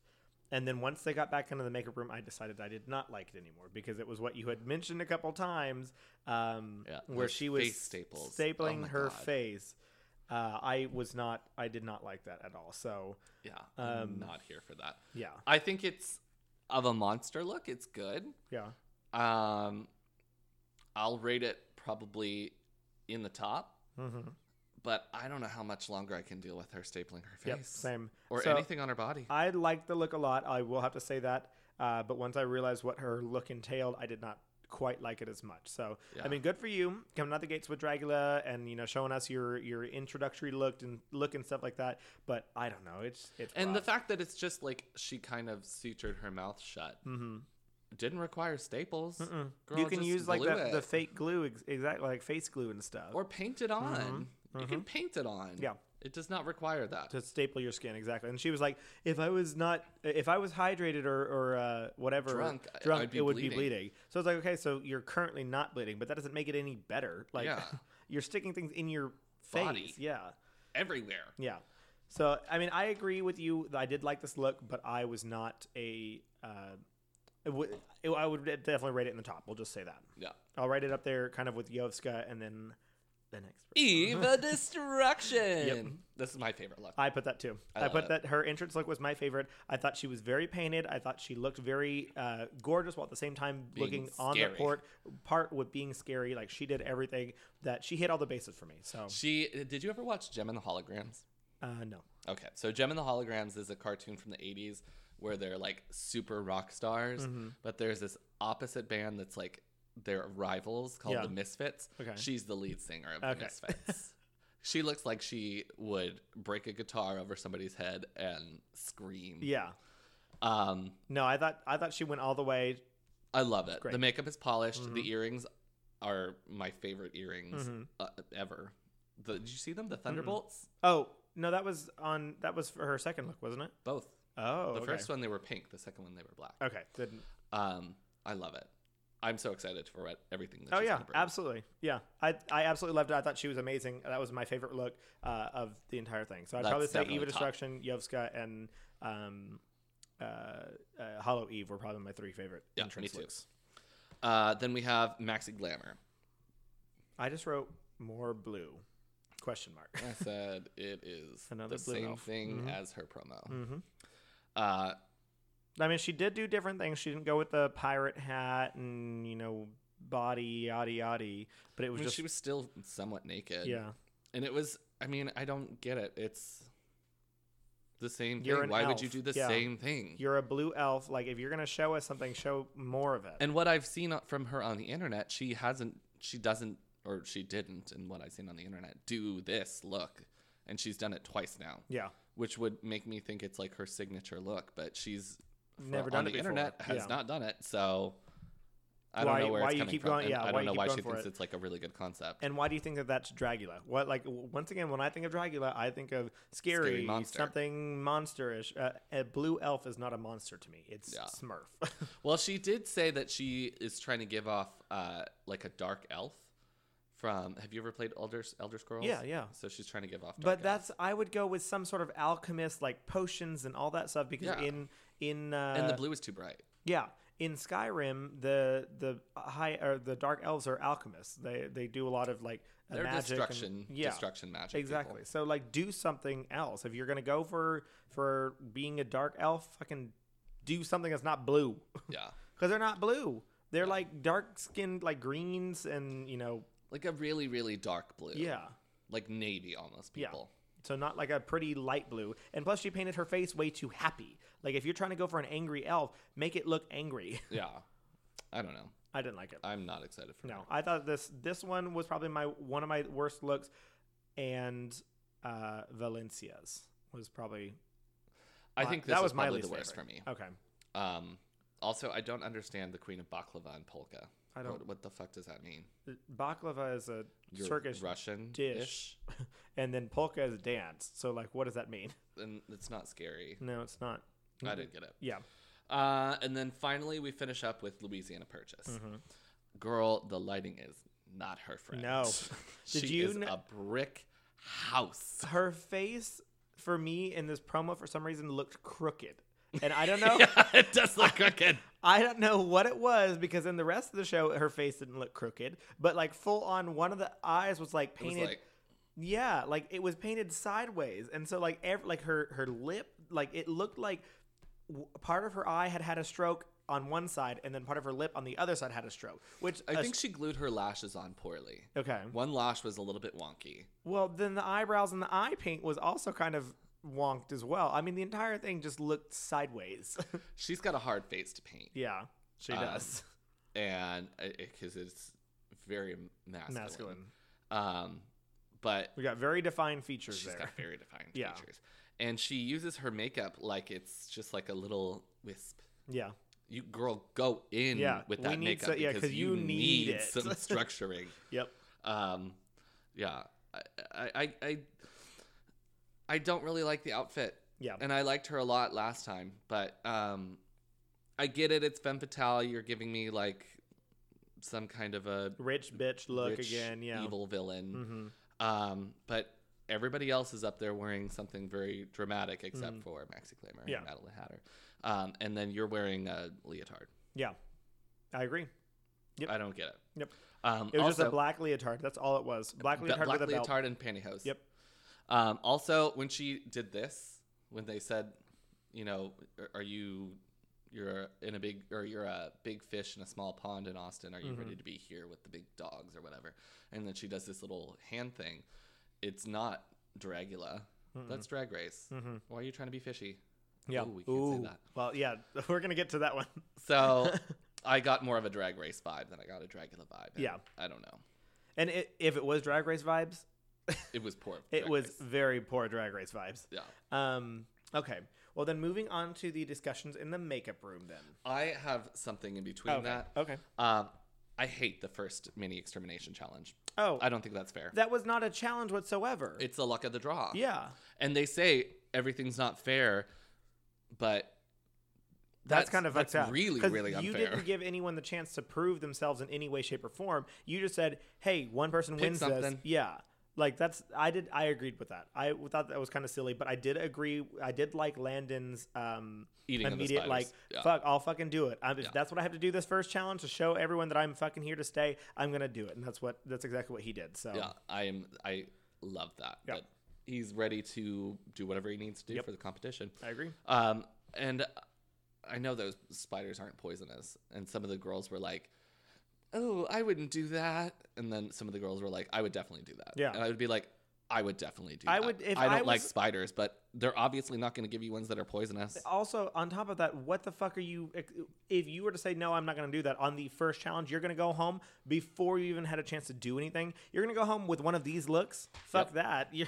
S1: and then once they got back into the makeup room, I decided I did not like it anymore because it was what you had mentioned a couple times, um,
S2: Yeah,
S1: where
S2: those
S1: she was
S2: face staples. Oh
S1: stapling
S2: my
S1: her
S2: God.
S1: face. Uh, I was not I did not like that at all. So
S2: Yeah,
S1: Um,
S2: I'm not here for that.
S1: yeah,
S2: I think it's of a monster look. It's good.
S1: yeah.
S2: Um, I'll rate it probably in the top,
S1: Mm-hmm.
S2: but I don't know how much longer I can deal with her stapling her face
S1: Yep, same.
S2: or
S1: So,
S2: anything on her body.
S1: I liked the look a lot. I will have to say that. Uh, but once I realized what her look entailed, I did not quite like it as much. So
S2: Yeah.
S1: I mean, good for you coming out the gates with Dragula and you know showing us your your introductory look and look and stuff like that. But I don't know. It's it's
S2: and the fact that it's just like she kind of sutured her mouth shut
S1: hmm
S2: didn't require staples. Girl,
S1: you can
S2: just
S1: use like
S2: glue
S1: the,
S2: it.
S1: the fake glue ex- exactly like face glue and stuff.
S2: or paint it on. You can paint it on.
S1: Mm-hmm. Yeah.
S2: It does not require that.
S1: to staple your skin exactly and she was like if i was not if i was hydrated or, or uh, whatever
S2: Drunk, I-
S1: drunk
S2: I'd be
S1: it would be
S2: bleeding.
S1: bleeding so it's like okay so you're currently not bleeding but that doesn't make it any better like
S2: Yeah.
S1: you're sticking things in your face
S2: Body.
S1: yeah
S2: Everywhere.
S1: yeah so i mean i agree with you i did like this look but i was not a uh, it would- it- I would definitely rate it in the top we'll just say that
S2: Yeah.
S1: i'll rate it up there kind of with yovska and then the next person.
S2: Eva Destruction. This is my favorite look.
S1: I put that too.
S2: I
S1: I, put
S2: love
S1: that her entrance look was my favorite. I thought she was very painted. I thought she looked very uh, gorgeous while at the same time
S2: Being
S1: looking on the
S2: scary.
S1: port part with being scary. Like she did everything that she hit all the bases for me. So
S2: She did you ever watch Gem and the Holograms?
S1: uh, no,
S2: Okay, so Gem and the Holograms is a cartoon from the 80s where they're like super rock stars,
S1: Mm. Mm-hmm.
S2: but there's this opposite band that's like their rivals called
S1: Yeah.
S2: the Misfits.
S1: Okay.
S2: She's the lead singer of
S1: Okay.
S2: the Misfits. she looks like she would break a guitar over somebody's head and scream.
S1: yeah,
S2: Um,
S1: no. I thought I thought she went all the way.
S2: I love it. The
S1: Great. Mm-hmm.
S2: makeup is polished. The earrings are my favorite earrings uh, ever. The, did you see them? The Thunderbolts?
S1: Oh no, that was on that was for her second look, wasn't it?
S2: Both.
S1: Oh,
S2: The
S1: okay.
S2: first one they were pink, the second one they were black.
S1: Okay, Oh, good.
S2: Um, I love it. I'm so excited for what, everything. That
S1: Oh
S2: she's
S1: yeah,
S2: gonna bring.
S1: absolutely. Yeah, I I absolutely loved it. I thought she was amazing. That was my favorite look uh, of the entire thing. So I'd
S2: That's
S1: probably say
S2: definitely
S1: Eva
S2: top.
S1: Destruction, Yovska, and um, uh, uh, Hollow Eve were probably my three favorite
S2: Yeah, me
S1: entrance
S2: too.
S1: looks.
S2: Uh, then we have Maxi Glamour.
S1: I just wrote more blue question mark.
S2: I said it is
S1: Another
S2: the
S1: blue Mm-hmm.
S2: same
S1: elf.
S2: thing as her promo.
S1: Mhm.
S2: Uh,
S1: I mean, she did do different things. She didn't go with the pirate hat and you know body yada yada, but it
S2: I
S1: was
S2: mean,
S1: just
S2: she was still somewhat naked.
S1: yeah.
S2: and it was. I mean, I don't get it. It's the same
S1: You're
S2: thing.
S1: an
S2: Why would you
S1: elf.
S2: do the
S1: Yeah.
S2: same thing?
S1: You're a blue elf. Like if you're gonna show us something, show more of it.
S2: and what I've seen from her on the internet, she hasn't. She doesn't, or she didn't. And what I've seen on the internet, do this look, and she's done it twice now.
S1: yeah.
S2: which would make me think it's like her signature look, but she's fro-
S1: Never done
S2: on
S1: it
S2: the
S1: before.
S2: internet has
S1: Yeah.
S2: not done it. So I don't
S1: Why-
S2: know where
S1: why
S2: it's
S1: you
S2: coming
S1: keep
S2: from.
S1: going-
S2: and
S1: yeah,
S2: I
S1: why
S2: don't
S1: you
S2: know
S1: keep
S2: why
S1: going
S2: she
S1: for
S2: thinks
S1: it.
S2: it's like a really good concept.
S1: And why do you think that that's Dragula? What like w- once again when I think of Dragula, I think of scary,
S2: Scary monster.
S1: something monsterish. Uh, a blue elf is not a monster to me. It's
S2: Yeah.
S1: Smurf.
S2: well, she did say that she is trying to give off uh, like a dark elf from. Have you ever played Elder Elder Scrolls?
S1: Yeah, yeah.
S2: So she's trying to give off. Dark
S1: but
S2: elf.
S1: that's I would go with some sort of alchemist like potions and all that stuff because
S2: Yeah.
S1: in in uh,
S2: and the blue is too bright.
S1: yeah in Skyrim the the high or the dark elves are alchemists. They they do a lot of like uh,
S2: They're
S1: magic and-
S2: destruction,
S1: yeah.
S2: destruction magic.
S1: Exactly.
S2: people.
S1: So like do something else. If you're gonna go for for being a dark elf, fucking do something that's not blue.
S2: Yeah,
S1: Because they're not blue. They're like dark skinned like greens and you know
S2: like a really, really dark blue.
S1: yeah.
S2: like navy almost
S1: Yeah.
S2: people.
S1: So not like a pretty light blue. And plus she painted her face way too happy. Like if you're trying to go for an angry elf, make it look angry.
S2: Yeah, I don't know.
S1: I didn't like it.
S2: I'm not excited for
S1: No, I thought this this one was probably my one of my worst looks, and uh, Valencia's was probably
S2: I
S1: my-
S2: think this
S1: that
S2: is
S1: was my
S2: probably
S1: least
S2: the worst
S1: favorite.
S2: for me.
S1: okay.
S2: Um, also, I don't understand the Queen of Baklava and Polka.
S1: I
S2: What-
S1: don't-
S2: What, the fuck does that mean?
S1: baklava is a
S2: You're
S1: Turkish
S2: Russian
S1: dish, and then polka is a dance. So, like, what does that mean?
S2: and it's not scary.
S1: No, it's not. Mm-hmm.
S2: I didn't get it.
S1: Yeah,
S2: Uh, and then finally, we finish up with Louisiana Purchase.
S1: Mm-hmm.
S2: Girl, the lighting is not her friend.
S1: No.
S2: she
S1: Did you
S2: is
S1: kn-
S2: a brick house.
S1: her face for me in this promo for some reason looked crooked, and I don't know.
S2: yeah, it does look crooked.
S1: I don't know what it was because in the rest of the show, her face didn't look crooked, but like full on, one of the eyes was like
S2: It was
S1: painted.
S2: like
S1: Yeah, like it was painted sideways, and so like ev- like her her lip, like it looked like w- part of her eye had had a stroke on one side, and then part of her lip on the other side had a stroke. Which
S2: I
S1: a- Mm-hmm.
S2: think she glued her lashes on poorly.
S1: okay.
S2: One lash was a little bit wonky.
S1: Well, then the eyebrows and the eye paint was also kind of wonked as well. I mean, the entire thing just looked sideways.
S2: She's got a hard face to paint.
S1: yeah, she
S2: Um,
S1: does.
S2: and because it's very masculine.
S1: Masculine.
S2: Um, but
S1: We got very defined features
S2: she's
S1: there.
S2: got very defined
S1: Yeah.
S2: features, and she uses her makeup like it's just like a little wisp.
S1: yeah,
S2: You girl, go in
S1: Yeah,
S2: with
S1: we
S2: that
S1: need
S2: makeup
S1: so- yeah,
S2: because
S1: 'cause
S2: you
S1: you need
S2: need,
S1: it.
S2: some structuring.
S1: yep.
S2: um, yeah, I, I, I, I, I don't really like the outfit.
S1: Yeah.
S2: And I liked her a lot last time, but um, I get it. It's femme fatale. You're giving me like some kind of a
S1: Rich bitch look
S2: rich,
S1: again. Yeah.
S2: evil villain.
S1: hmm
S2: Um, but everybody else is up there wearing something very dramatic, except for Maxi Claimer
S1: Mm. Yeah.
S2: and Madeline Hatter. Um, and then you're wearing a leotard.
S1: Yeah. I agree. Yep.
S2: I don't get it.
S1: Yep.
S2: Um,
S1: It was
S2: also,
S1: just a black leotard. That's all it was. Black
S2: be-
S1: leotard
S2: black
S1: with a belt.
S2: leotard and pantyhose.
S1: Yep.
S2: Um, also, when she did this, when they said, you know, "Are- are you you're in a big or you're a big fish in a small pond in Austin? Are
S1: Mm-hmm.
S2: you ready to be here with the big dogs or whatever? And then she does this little hand thing. It's not Dragula. That's Drag Race. Why are you trying to be fishy?
S1: Mm-hmm. Yeah.
S2: Ooh, we can't
S1: Ooh.
S2: say that.
S1: Well, yeah, we're gonna get to that one.
S2: So I got more of a Drag Race vibe than I got a Dragula vibe. and
S1: Yeah.
S2: I don't know.
S1: And it, if it was Drag Race vibes,
S2: It was poor.
S1: it
S2: Drag
S1: was
S2: Race.
S1: very poor Drag Race vibes.
S2: Yeah.
S1: Um. Okay. Well, then moving on to the discussions in the makeup room. Then.
S2: I have something in between that.
S1: Okay.
S2: Um, I hate the first mini extermination challenge.
S1: Oh,
S2: I don't think that's fair.
S1: that was not a challenge whatsoever.
S2: it's the luck of the draw.
S1: yeah.
S2: And they say everything's not fair, but
S1: That's, kind of
S2: that's
S1: fucked up.
S2: really
S1: 'Cause
S2: really
S1: You
S2: unfair.
S1: didn't give anyone the chance to prove themselves in any way, shape, or form. You just said, "Hey, one person wins this."
S2: something.
S1: Yeah, like that's I did. I agreed with that. I thought that was kind of silly, but I did agree. I did like Landon's um,
S2: Eating of the
S1: immediate
S2: spiders.
S1: like,
S2: Yeah.
S1: "Fuck, I'll fucking do it." I'm, If that's what I have to do this first challenge to show everyone that I'm fucking here to stay, I'm gonna do it, and that's what that's exactly what he did. So
S2: yeah, I am. I love that.
S1: Yeah.
S2: But he's ready to do whatever he needs to do
S1: Yep.
S2: for the competition.
S1: I agree.
S2: Um, and I know those spiders aren't poisonous, and some of the girls were like, "Oh, I wouldn't do that," and then some of the girls were like, "I would definitely do that."
S1: Yeah.
S2: and I would be like, "I would definitely do
S1: I
S2: that."
S1: would- if
S2: I don't
S1: I
S2: like
S1: was-
S2: spiders, but they're obviously not going to give you ones that are poisonous.
S1: Also, on top of that, what the fuck are you? If you were to say no, I'm not going to do that on the first challenge, you're going to go home before you even had a chance to do anything. You're going to go home with one of these looks. Fuck
S2: Yep.
S1: that. You're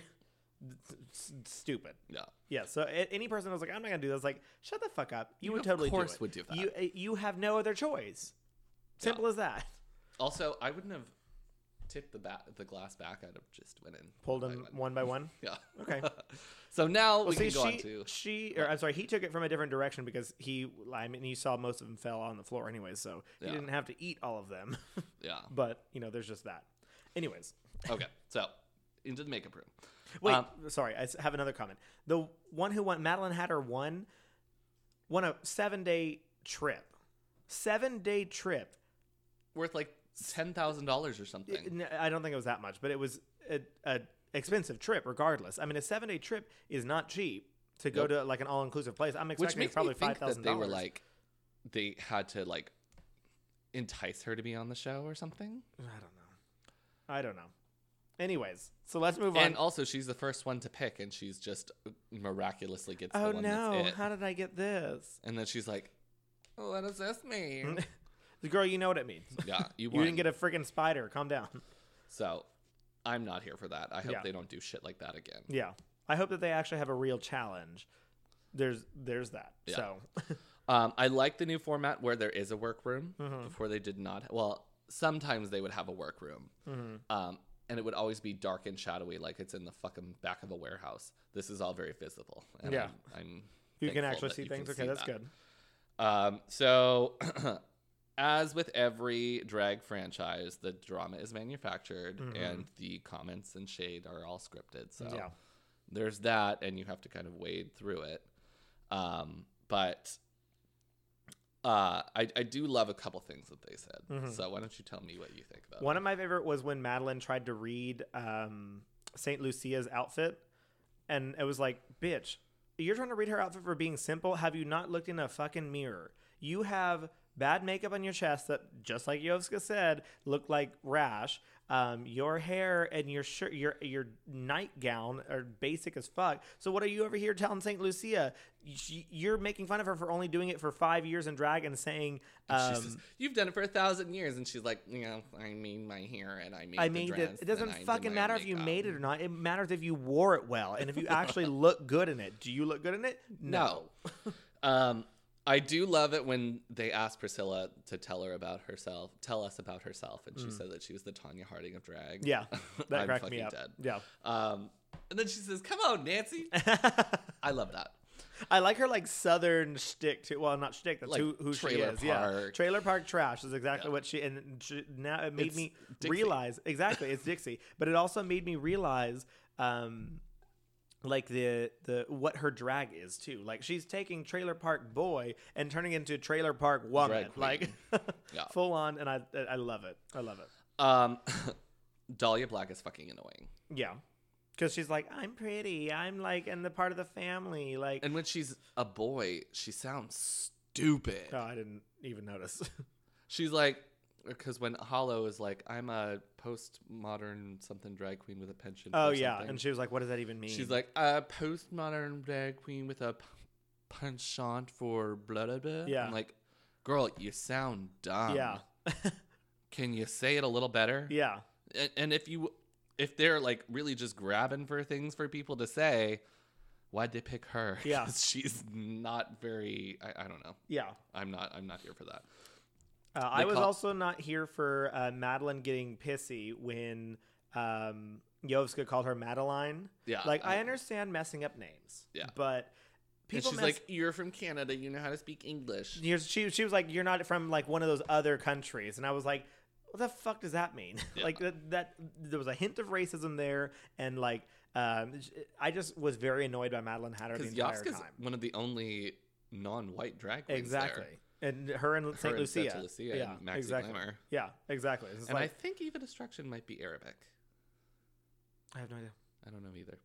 S1: s- stupid.
S2: Yeah,
S1: Yeah. So a- any person who's like, I'm not going to do this, like, shut the fuck up. You, would
S2: of
S1: totally
S2: course
S1: do it.
S2: would do that.
S1: You uh, you have no other choice. Simple as that.
S2: Also, I wouldn't have tipped the ba- the glass back. I'd have just went in.
S1: Pulled
S2: I
S1: them
S2: went-
S1: one by one.
S2: Yeah.
S1: Okay.
S2: so now we
S1: See,
S2: can go
S1: she,
S2: on to.
S1: she, or I'm sorry, he took it from a different direction because he, I mean, you saw most of them fell on the floor anyway, so
S2: Yeah.
S1: he didn't have to eat all of them.
S2: Yeah.
S1: but you know, there's just that. Anyways,
S2: Okay. So into the makeup room.
S1: wait,
S2: Um,
S1: sorry, I s- have another comment. The one who won, Madeline Hatter won, won a seven day trip, seven day trip.
S2: worth like ten thousand dollars or something.
S1: N- I don't think it was that much, but it was a, a expensive trip regardless. I mean, a seven day trip is not cheap to go
S2: Nope.
S1: to like an all inclusive place. I'm expecting it's probably five thousand
S2: they were
S1: dollars.
S2: like they had to like entice her to be on the show or something.
S1: I don't know. I don't know. Anyways, so let's move
S2: And
S1: on.
S2: also, she's the first one to pick, and she's just miraculously gets
S1: Oh
S2: the one
S1: no!
S2: that's it.
S1: How did I get this?
S2: and then she's like, "What does this mean?"
S1: Girl, you know what it means.
S2: yeah, you,
S1: You didn't get
S2: it.
S1: a freaking spider. Calm down.
S2: So, I'm not here for that. I hope
S1: Yeah.
S2: they don't do shit like that again.
S1: Yeah. I hope that they actually have a real challenge. There's there's that.
S2: Yeah.
S1: So
S2: Um, I like the new format where there is a workroom.
S1: Mm-hmm.
S2: Before they did not. Well, sometimes they would have a workroom,
S1: Mm-hmm.
S2: um, and it would always be dark and shadowy, like it's in the fucking back of a warehouse. This is all very visible. And
S1: Yeah.
S2: I'm. I'm
S1: you can
S2: thankful
S1: actually
S2: that
S1: see
S2: you
S1: things.
S2: can
S1: Okay,
S2: see
S1: that's
S2: that.
S1: good.
S2: Um, so, as with every drag franchise, the drama is manufactured, and the comments and shade are all scripted. So
S1: Mm-hmm. Yeah.
S2: there's that, and you have to kind of wade through it. Um, but uh, I, I do love a couple things that they said. So why don't you tell me what you think about?
S1: Mm-hmm. One of my favorite was when Madeline tried to read um, Saint Lucia's outfit, and it was like, "Bitch, you're trying to read her outfit for being simple. Have you not looked in a fucking mirror? You have bad makeup on your chest that, just like Yovska said, looked like rash. Um, your hair and your shirt, your your nightgown are basic as fuck. So what are you over here telling Saint Lucia? She- You're making fun of her for only doing it for five years in drag and saying, um,
S2: She says, You've done it for a thousand years, and she's like, you know, I mean my hair, and I mean
S1: I
S2: the
S1: made
S2: dress,
S1: it. It doesn't
S2: and I did
S1: fucking
S2: my
S1: matter if you
S2: makeup."
S1: made it or not. It matters if you wore it well and if you actually look good in it. Do you look good in it?
S2: No. um, I do love it when they asked Priscilla to tell her about herself, tell us about herself, and she said that she was the Tanya Harding of drag.
S1: Mm. Yeah, that
S2: I'm
S1: cracked
S2: fucking
S1: me up.
S2: dead.
S1: Yeah,
S2: Um, And then she says, "Come on, Nancy." I love that.
S1: I like her like southern shtick too. Well, not shtick. That's
S2: Like
S1: who, who she
S2: trailer
S1: is. Yeah,
S2: park.
S1: trailer park trash is exactly
S2: Yeah.
S1: what she. And she, now it made
S2: It's
S1: me
S2: Dixie.
S1: realize exactly it's Dixie, but it also made me realize, um, like the the what her drag is too. Like she's taking trailer park boy and turning into trailer park woman,
S2: Drag queen.
S1: like
S2: Yeah.
S1: full on. And I I love it. I love it.
S2: Um, Dahlia Black is fucking annoying.
S1: Yeah. Because she's like, I'm pretty. I'm like, in the part of the family. Like,
S2: And when she's a boy, she sounds stupid.
S1: oh, I didn't even notice.
S2: She's like, because when Hollow is like, I'm a postmodern something drag queen with a penchant.
S1: oh,
S2: for
S1: yeah.
S2: something,"
S1: And she was like, what does that even mean?
S2: she's like, a postmodern drag queen with a p- penchant for blah blah blah.
S1: Yeah.
S2: I'm like, girl, you sound dumb.
S1: yeah.
S2: Can you say it a little better?
S1: Yeah.
S2: and, and if you if they're like really just grabbing for things for people to say why'd they pick her
S1: Yeah.
S2: 'Cause she's not very I, I don't know
S1: Yeah.
S2: i'm not i'm not here for that
S1: Uh, I
S2: They
S1: was
S2: call-
S1: also not here for uh, Madeline getting pissy when um, Yovska called her Madeline.
S2: Uh, Yeah,
S1: Like, I,
S2: I-
S1: understand messing up names.
S2: Yeah.
S1: But people
S2: and she's
S1: mess-
S2: like you're from canada you know how to speak english
S1: you're- she, she was like, you're not from like one of those other countries. And I was like, what the fuck does that mean?
S2: Yeah.
S1: like that, that, there was a hint of racism there. And like, um, j- I just was very annoyed by Madeline Hatter the
S2: because
S1: entire
S2: yovska's
S1: time.
S2: one of the only non-white drag queens there.
S1: Exactly. And her and St.
S2: Her and
S1: Lucia.
S2: Santa Lucia
S1: yeah,
S2: and Maxi
S1: exactly.
S2: Glamour.
S1: Yeah, exactly. It's just
S2: and
S1: like-
S2: i think eva destruction might be arabic
S1: I have no idea.
S2: i don't know either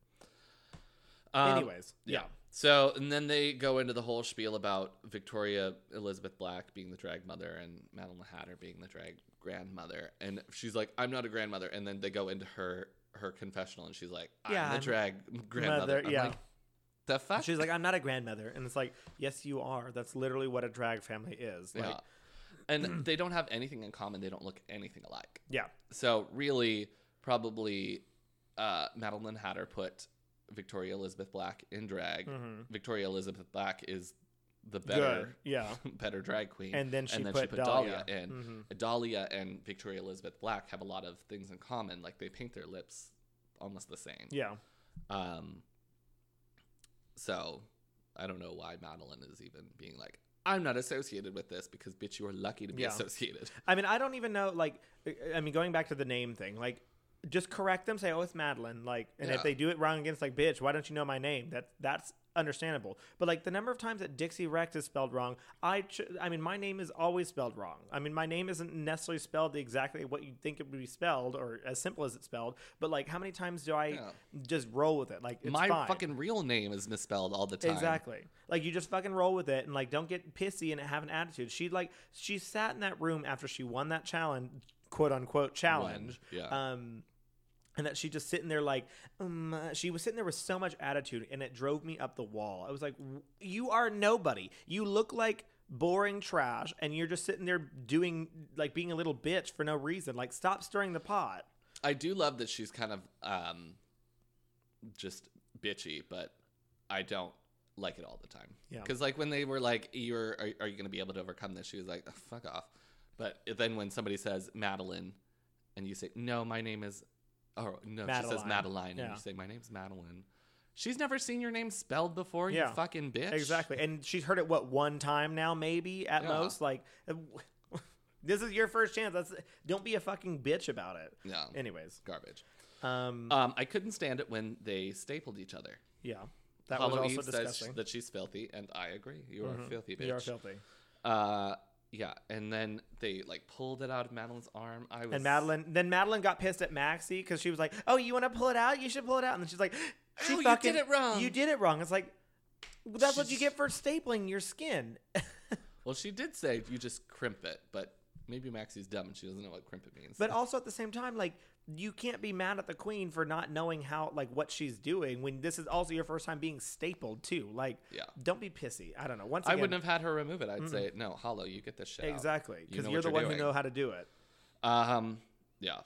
S2: Um,
S1: Anyways, yeah.
S2: Yeah. So, and then they go into the whole spiel about Victoria Elizabeth Black being the drag mother and Madeline Hatter being the drag grandmother. And she's like, I'm not a grandmother. And then they go into her her confessional and she's like, I'm
S1: Yeah,
S2: the
S1: I'm
S2: drag grandmother.
S1: mother,
S2: I'm
S1: yeah.
S2: like, the fuck?
S1: And She's like, I'm not a grandmother, and it's like, yes, you are. That's literally what a drag family is. Like,
S2: yeah. And they don't have anything in common. They don't look anything alike.
S1: yeah,
S2: So, really, probably uh, Madeline Hatter put Victoria Elizabeth Black in drag.
S1: Mhm.
S2: Victoria Elizabeth Black is the better
S1: good, yeah.
S2: better drag queen.
S1: And then she
S2: and then
S1: put
S2: she put
S1: Dahlia. Mm-hmm.
S2: Dahlia, in. Dahlia and Victoria Elizabeth Black have a lot of things in common. Like they paint their lips almost the same.
S1: Yeah,
S2: Um. So, I don't know why Madeline is even being like, I'm not associated with this because bitch, you are lucky to be
S1: Yeah.
S2: associated.
S1: I mean, I don't even know. Like, I- I mean, going back to the name thing, like, just correct them. Say, oh, it's Madeline. Like, and if
S2: Yeah.
S1: they do it wrong against, like, bitch, why don't you know my name? That that's understandable. But like the number of times that Dixie Rex is spelled wrong, I, ch- I mean, my name is always spelled wrong. I mean, my name isn't necessarily spelled exactly what you think it would be spelled or as simple as it's spelled. But like, how many times do I
S2: Yeah.
S1: just roll with it? Like, it's
S2: My
S1: fine.
S2: fucking real name is misspelled all the time.
S1: Exactly. Like you just fucking roll with it and like don't get pissy and have an attitude. She like she sat in that room after she won that challenge, quote unquote challenge.
S2: yeah.
S1: Um and that she just sitting there like um, uh, she was sitting there with so much attitude and it drove me up the wall. I was like "W- you are nobody. You look like boring trash and you're just sitting there doing like being a little bitch for no reason. Like stop stirring the pot.
S2: I do love that she's kind of um, just bitchy, but I don't like it all the time.
S1: Yeah.
S2: Because like when they were like, "You're are, are you going to be able to overcome this?" She was like, "Ugh, "Fuck off." But then when somebody says Madeline, and you say, "No, my name is," oh no, she says
S1: Madeline.
S2: Madeline, and
S1: Yeah.
S2: you say, "My name's Madeline." She's never seen your name spelled before.
S1: Yeah.
S2: You fucking bitch.
S1: Exactly. And she's heard it what one time now, maybe at
S2: Yeah.
S1: most. Like this is your first chance. That's don't be a fucking bitch about it.
S2: No.
S1: Anyways,
S2: Garbage.
S1: um,
S2: Um, I couldn't stand it when they stapled each other.
S1: yeah, that
S2: Hollow
S1: was
S2: Eve
S1: also
S2: says
S1: disgusting. Mm-hmm.
S2: that she's filthy, and I agree. You are a filthy bitch.
S1: You are filthy.
S2: Uh, yeah, and then they like pulled it out of Madeline's arm. I was
S1: And Madeline, then Madeline got pissed at Maxie because she was like, "Oh, you want to pull it out? You should pull it out." And then she's like, she
S2: Ow, Oh, you
S1: fucking-
S2: did it wrong."
S1: You did it wrong." It's like that's what you get for stapling your skin.
S2: Well, she did say you just crimp it, but maybe Maxie's dumb and she doesn't know what crimp it means.
S1: But also at the same time, like you can't be mad at the queen for not knowing how like what she's doing when this is also your first time being stapled too. Like,
S2: Yeah.
S1: don't be pissy. I don't know. Once
S2: I
S1: again,
S2: wouldn't have had her remove it. I'd say no, Hollow, you get this shit. out."
S1: exactly
S2: You
S1: because
S2: know
S1: you are
S2: what
S1: the
S2: you're
S1: one
S2: doing.
S1: who know how to do it.
S2: Um, yeah,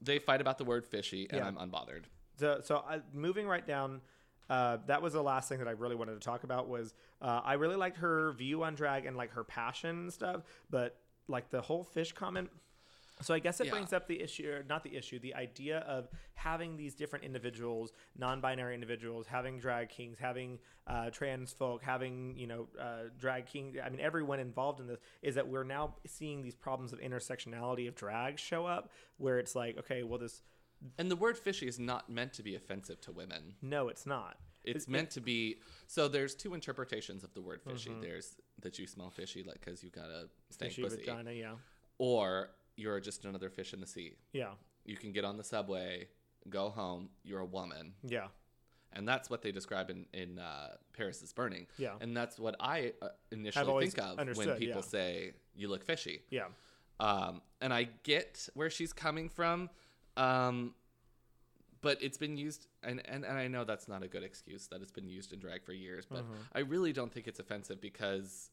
S2: they fight about the word fishy, and
S1: Yeah.
S2: I'm unbothered.
S1: So, so I, moving right down. Uh, that was the last thing that I really wanted to talk about was uh, I really liked her view on drag and like her passion and stuff, but like the whole fish comment. So I guess it
S2: Yeah.
S1: brings up the issue, or not the issue, the idea of having these different individuals, non-binary individuals, having drag kings, having uh, trans folk, having you know uh, drag king. I mean, everyone involved in this is that we're now seeing these problems of intersectionality of drag show up, where it's like, okay, well, this
S2: And the word fishy is not meant to be offensive to women.
S1: no, it's not.
S2: It's meant to be. So there's two interpretations of the word fishy.
S1: Mm-hmm.
S2: There's that you smell fishy, like because you got a stank
S1: Issue
S2: pussy,
S1: vagina, yeah,
S2: or you're just another fish in the sea.
S1: yeah,
S2: You can get on the subway, go home. You're a woman,
S1: yeah,
S2: and that's what they describe in in uh, Paris is Burning.
S1: Yeah.
S2: and that's what I uh, initially
S1: always
S2: think of when
S1: understood,
S2: people
S1: yeah.
S2: say you look fishy.
S1: yeah,
S2: Um, and I get where she's coming from, um, but it's been used, and, and, and I know that's not a good excuse that it's been used in drag for years, but
S1: Mm-hmm.
S2: I really don't think it's offensive because,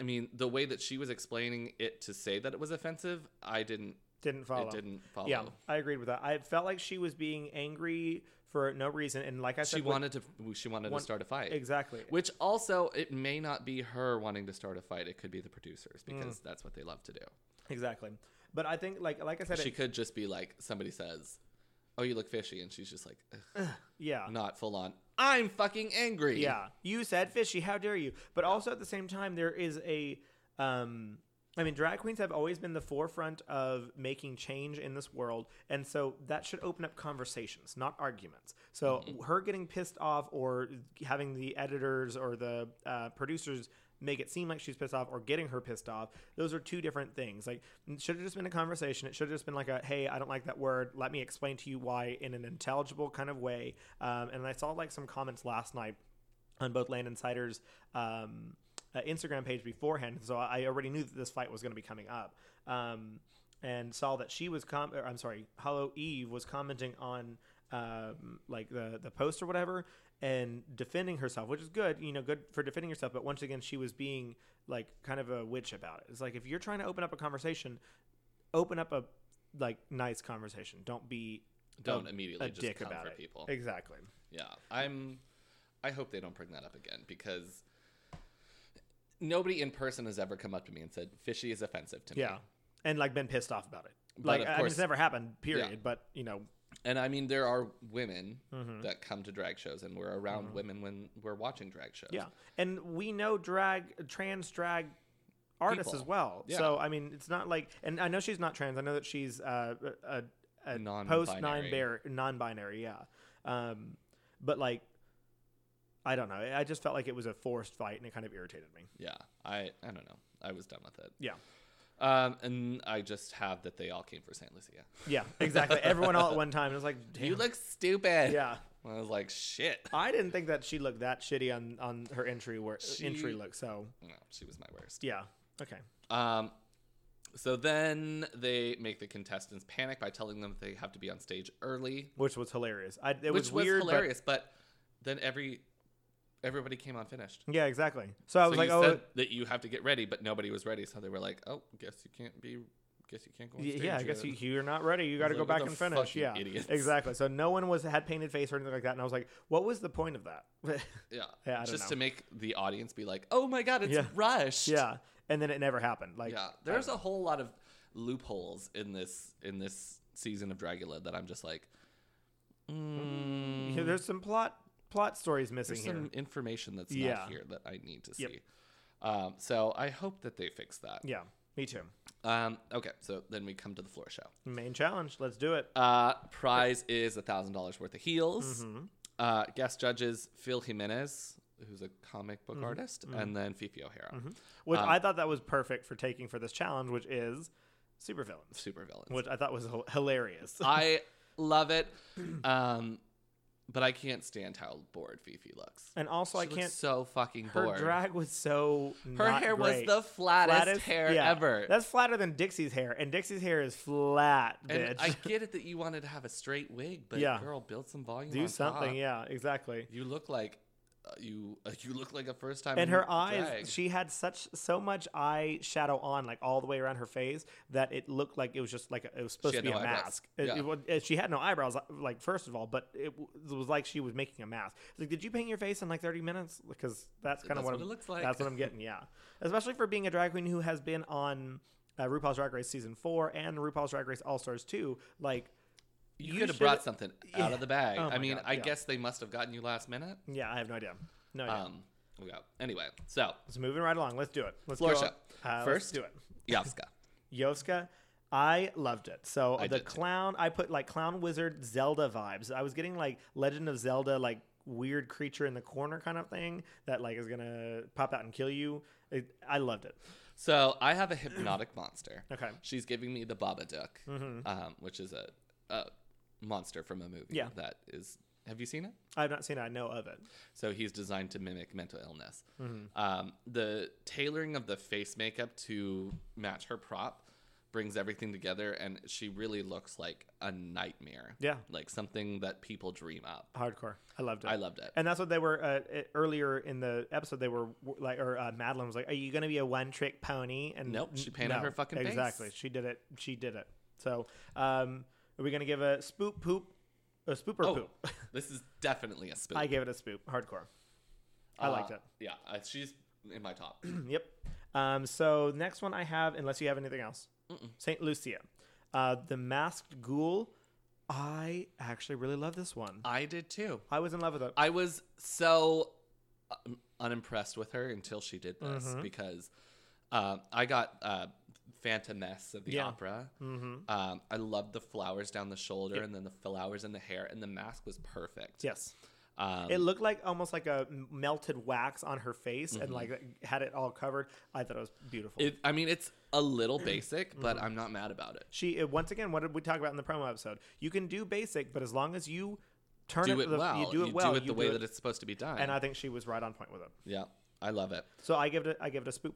S2: I mean, the way that she was explaining it to say that it was offensive, I didn't,
S1: didn't follow.
S2: it didn't follow.
S1: Yeah, I agreed with that. I felt like she was being angry for no reason, and like I said,
S2: She
S1: with-
S2: wanted to, she wanted
S1: want-
S2: to start a fight.
S1: exactly.
S2: Which also, it may not be her wanting to start a fight. It could be the producers
S1: Mm.
S2: because that's what they love to do.
S1: Exactly. But I think, like, like I said,
S2: She
S1: it,
S2: could just be like, somebody says, "Oh, you look fishy," and she's just like, "Ugh,
S1: yeah,
S2: not full on. I'm fucking angry.
S1: yeah. You said fishy. How dare you? But also at the same time, there is a, um, I mean, drag queens have always been the forefront of making change in this world, and so that should open up conversations, not arguments. So her getting pissed off, or having the editors or the uh, producers make it seem like she's pissed off or getting her pissed off those are two different things like it should have just been a conversation it should have just been like a hey i don't like that word let me explain to you why in an intelligible kind of way um, and i saw like some comments last night on both Land Insider's um, uh, Instagram page beforehand, so I already knew that this fight was going to be coming up. Um, and saw that she was com- or, I'm sorry, Hollow Eve was commenting on um, like the the post or whatever and defending herself, which is good, you know, good for defending yourself. But once again, she was being like kind of a witch about it. It's like if you're trying to open up a conversation, open up a like nice conversation. Don't be
S2: Don't
S1: a-
S2: immediately
S1: a
S2: just
S1: dick
S2: come
S1: about
S2: for
S1: it.
S2: people.
S1: Exactly.
S2: Yeah. I'm. I hope they don't bring that up again because nobody in person has ever come up to me and said fishy is offensive to me.
S1: Yeah. And like been pissed off about it.
S2: But
S1: Like
S2: of
S1: I mean, it's
S2: course-
S1: never happened, period.
S2: Yeah.
S1: But you know,
S2: And I mean, there are women
S1: Mm-hmm.
S2: that come to drag shows, and we're around women when we're watching drag shows.
S1: yeah. And we know drag trans drag artists as
S2: People.
S1: well.
S2: Yeah.
S1: So I mean it's not like and I know she's not trans. I know that she's uh a, a post nine
S2: Non-binary.
S1: bear non binary, yeah. Um but like I don't know. I just felt like it was a forced fight and it kind of irritated me.
S2: Yeah. I. I don't know. I was done with it.
S1: Yeah.
S2: Um. And I just have that they all came for Saint Lucia.
S1: Yeah, exactly. Everyone all at one time. It was like
S2: You
S1: damn.
S2: look stupid.
S1: Yeah.
S2: I was like, shit.
S1: I didn't think that she looked that shitty on on her entry where entry look. So
S2: No, she was my worst.
S1: yeah. Okay.
S2: Um, so then they make the contestants panic by telling them they have to be on stage early,
S1: which was hilarious. I, it was
S2: which was,
S1: weird. but-
S2: hilarious. But, then every everybody came unfinished.
S1: yeah, exactly. So I was
S2: so
S1: like,
S2: you
S1: oh,
S2: said that you have to get ready, but nobody was ready, so they were like, "Oh, guess you can't be, guess you can't go on
S1: y-
S2: stage."
S1: yeah, I guess
S2: yet."
S1: you, you're not ready. You got to
S2: like,
S1: go
S2: what
S1: back
S2: the
S1: and finish.
S2: fucking
S1: Yeah,
S2: idiots.
S1: exactly. So no one was had painted face or anything like that, and I was like, what was the point of that?
S2: yeah,
S1: Yeah, I don't
S2: just
S1: know.
S2: to make the audience be like, "Oh my god, it's
S1: Yeah.
S2: rushed."
S1: yeah, and then it never happened. Like,
S2: yeah. There's a whole lot of loopholes in this in this season of Dragula that I'm just like,
S1: you know, there's some plot plot stories missing
S2: There's
S1: here.
S2: some information that's
S1: Yeah.
S2: not here that I need to see.
S1: Yep.
S2: Um, so I hope that they fix that.
S1: Yeah, me too.
S2: Um, okay, so then we come to the floor show.
S1: Main challenge. Let's do it.
S2: Uh, prize is a thousand dollars worth of heels.
S1: Mm-hmm.
S2: Uh, guest judges Phil Jimenez, who's a comic
S1: Mm-hmm.
S2: book artist, and then Fifi O'Hara,
S1: Which
S2: Um,
S1: I thought that was perfect for taking for this challenge, which is super villains,
S2: super villains.
S1: which I thought was hil- hilarious.
S2: I love it, um, but I can't stand how bored Fifi looks.
S1: and also, I
S2: She looks
S1: can't.
S2: so fucking
S1: Her
S2: bored.
S1: drag was so.
S2: Her
S1: not
S2: hair
S1: great.
S2: was the flattest, hair
S1: yeah.
S2: ever.
S1: That's flatter than Dixie's hair, and Dixie's hair is flat, bitch.
S2: And I get it that you wanted to have a straight wig, but
S1: Yeah.
S2: girl, build some volume.
S1: Do
S2: on
S1: something,
S2: top.
S1: yeah, exactly.
S2: You look like uh, you uh, you look like a first time.
S1: And her eyes,
S2: drag.
S1: she had such so much eye shadow on, like all the way around her face, that it looked like it was just like a, it was supposed
S2: She
S1: to
S2: had
S1: be
S2: no
S1: a
S2: eyebrows.
S1: mask. It-
S2: Yeah.
S1: it wa- it- she had no eyebrows, like first of all, but it, w- it was like she was making a mask. It's like, did you paint your face in like thirty minutes? Because that's kind of what,
S2: That's what
S1: I'm-
S2: it looks like.
S1: That's what I'm getting. Yeah, especially for being a drag queen who has been on uh, RuPaul's Drag Race season four and RuPaul's Drag Race All Stars two. Like,
S2: You,
S1: You
S2: could have
S1: should-
S2: brought something out
S1: Yeah.
S2: of the bag.
S1: Oh
S2: I
S1: my
S2: mean,
S1: God,
S2: I
S1: yeah.
S2: guess they must have gotten you last minute.
S1: yeah, I have no idea. No idea.
S2: Um, we got anyway. So
S1: Let's moving right along. Let's do it. Let's
S2: Floor
S1: go.
S2: show.
S1: Uh, let's
S2: First-
S1: do it.
S2: Yovska.
S1: Yoska. I loved it. So
S2: I
S1: the
S2: did too.
S1: clown, I put like clown wizard Zelda vibes. I was getting like Legend of Zelda, like weird creature in the corner kind of thing that like is gonna pop out and kill you. It, I loved it.
S2: So I have a hypnotic monster.
S1: Okay. Mm-hmm.
S2: She's giving me the Babadook, um, which is a, a monster from a movie.
S1: Yeah.
S2: That is. Have you seen it?
S1: I've not seen it. I know of it.
S2: So he's designed to mimic mental illness.
S1: Mm-hmm.
S2: Um, the tailoring of the face makeup to match her prop brings everything together, and she really looks like a nightmare.
S1: Yeah.
S2: Like something that people dream up.
S1: Hardcore. I loved it.
S2: I loved it.
S1: and that's what they were uh, e- earlier in the episode. They were w- like, or uh, Madeline was like, "Are you going to be a one-trick pony?" And
S2: Nope, she painted her fucking face.
S1: exactly. She did it. She did it. So, um, are we going to give a spoop poop, a spoop or
S2: Oh,
S1: poop?
S2: this is definitely a spook.
S1: I gave it a spoop. Hardcore. I liked
S2: Uh,
S1: it.
S2: Yeah, uh, she's in my top.
S1: yep. Um, so next one I have, unless you have anything else, Saint Lucia, uh, the masked ghoul. I actually really love this one.
S2: I did too.
S1: I was in love with it.
S2: I was so um, unimpressed with her until she did this
S1: Mm-hmm.
S2: because um, I got uh, Phantomess of the
S1: Yeah.
S2: opera. Mm-hmm. Um, I loved the flowers down the shoulder and then the flowers in the hair, and the mask was perfect.
S1: yes.
S2: Um,
S1: It looked like almost like a m- melted wax on her face and like had it all covered. I thought it was beautiful.
S2: Mm-hmm. it, I mean, it's a little basic, but
S1: Mm-hmm.
S2: I'm not mad about it.
S1: she it, once again, what did we talk about in the promo episode? You can do basic, but as long as you turn
S2: Do
S1: it,
S2: it
S1: the,
S2: well.
S1: you do it well,
S2: the
S1: you
S2: way
S1: do it-
S2: that it's supposed to be done.
S1: and I think she was right on point with it.
S2: yeah, I love it.
S1: So I give it a, I give it a spoop.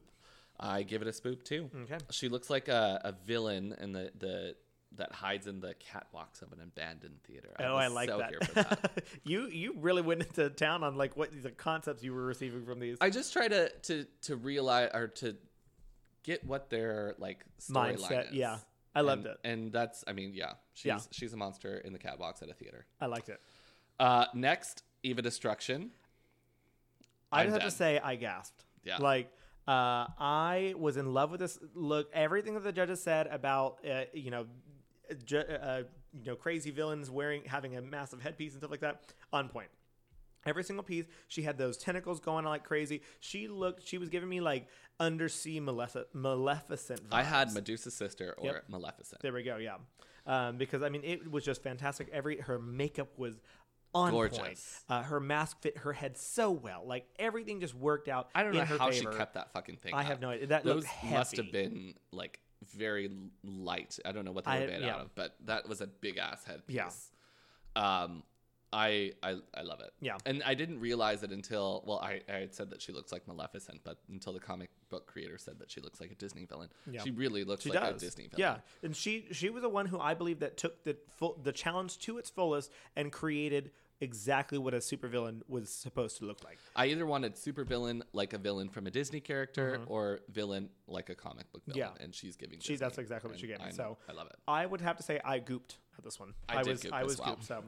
S2: I give it a spoop too.
S1: Okay.
S2: She looks like a, a villain in the, the that hides in the catwalks of an abandoned theater.
S1: Oh,
S2: was
S1: I like
S2: so
S1: that.
S2: here for that.
S1: you you really went into town on like what the concepts you were receiving from these.
S2: I just try to to to realize or to get what their like storyline
S1: Mindset,
S2: is.
S1: yeah. I loved
S2: And-
S1: it.
S2: And that's I mean, yeah. She's
S1: Yeah.
S2: she's a monster in the catwalks at a theater.
S1: I liked it.
S2: Uh next, Eva Destruction.
S1: I
S2: I'm
S1: just have
S2: done.
S1: to say, I gasped.
S2: Yeah.
S1: Like, uh, I was in love with this look. Everything that the judges said about, uh, you know, ju- uh, you know, crazy villains wearing having a massive headpiece and stuff like that, on point. Every single piece, she had those tentacles going on like crazy. She looked, she was giving me like undersea Malefic- Maleficent. Vibes.
S2: I had Medusa's sister or
S1: Yep.
S2: Maleficent.
S1: There we go. Yeah, um, because I mean, it was just fantastic. Every her makeup was on point.
S2: Gorgeous.
S1: Uh, her mask fit her head so well. Like everything just worked out.
S2: I don't know
S1: in her
S2: how
S1: favor.
S2: she kept that fucking thing.
S1: I
S2: up.
S1: have no idea. That
S2: Those
S1: looked
S2: must
S1: heavy.
S2: have been like very l- light. I don't know what they
S1: I-
S2: were made
S1: yeah.
S2: out of, but that was a big ass headpiece.
S1: Yeah.
S2: Um, I, I I love it.
S1: Yeah.
S2: And I didn't realize it until well, I, I had said that she looks like Maleficent, but until the comic book creator said that she looks like a Disney villain.
S1: Yeah.
S2: She really looks
S1: She
S2: like a
S1: does.
S2: Disney
S1: yeah,
S2: villain.
S1: and she she was the one who I believe that took the full the challenge to its fullest and created exactly what a supervillain was supposed to look like.
S2: I either wanted super villain like a villain from a Disney character or villain like a comic book villain.
S1: Mm-hmm. Yeah.
S2: And she's giving
S1: She that's
S2: Disney,
S1: exactly what she
S2: and
S1: gave me.
S2: I'm-
S1: So
S2: I love it.
S1: I would have to say I gooped at this one.
S2: I did
S1: was
S2: goop
S1: I
S2: as
S1: was
S2: well.
S1: gooped. So,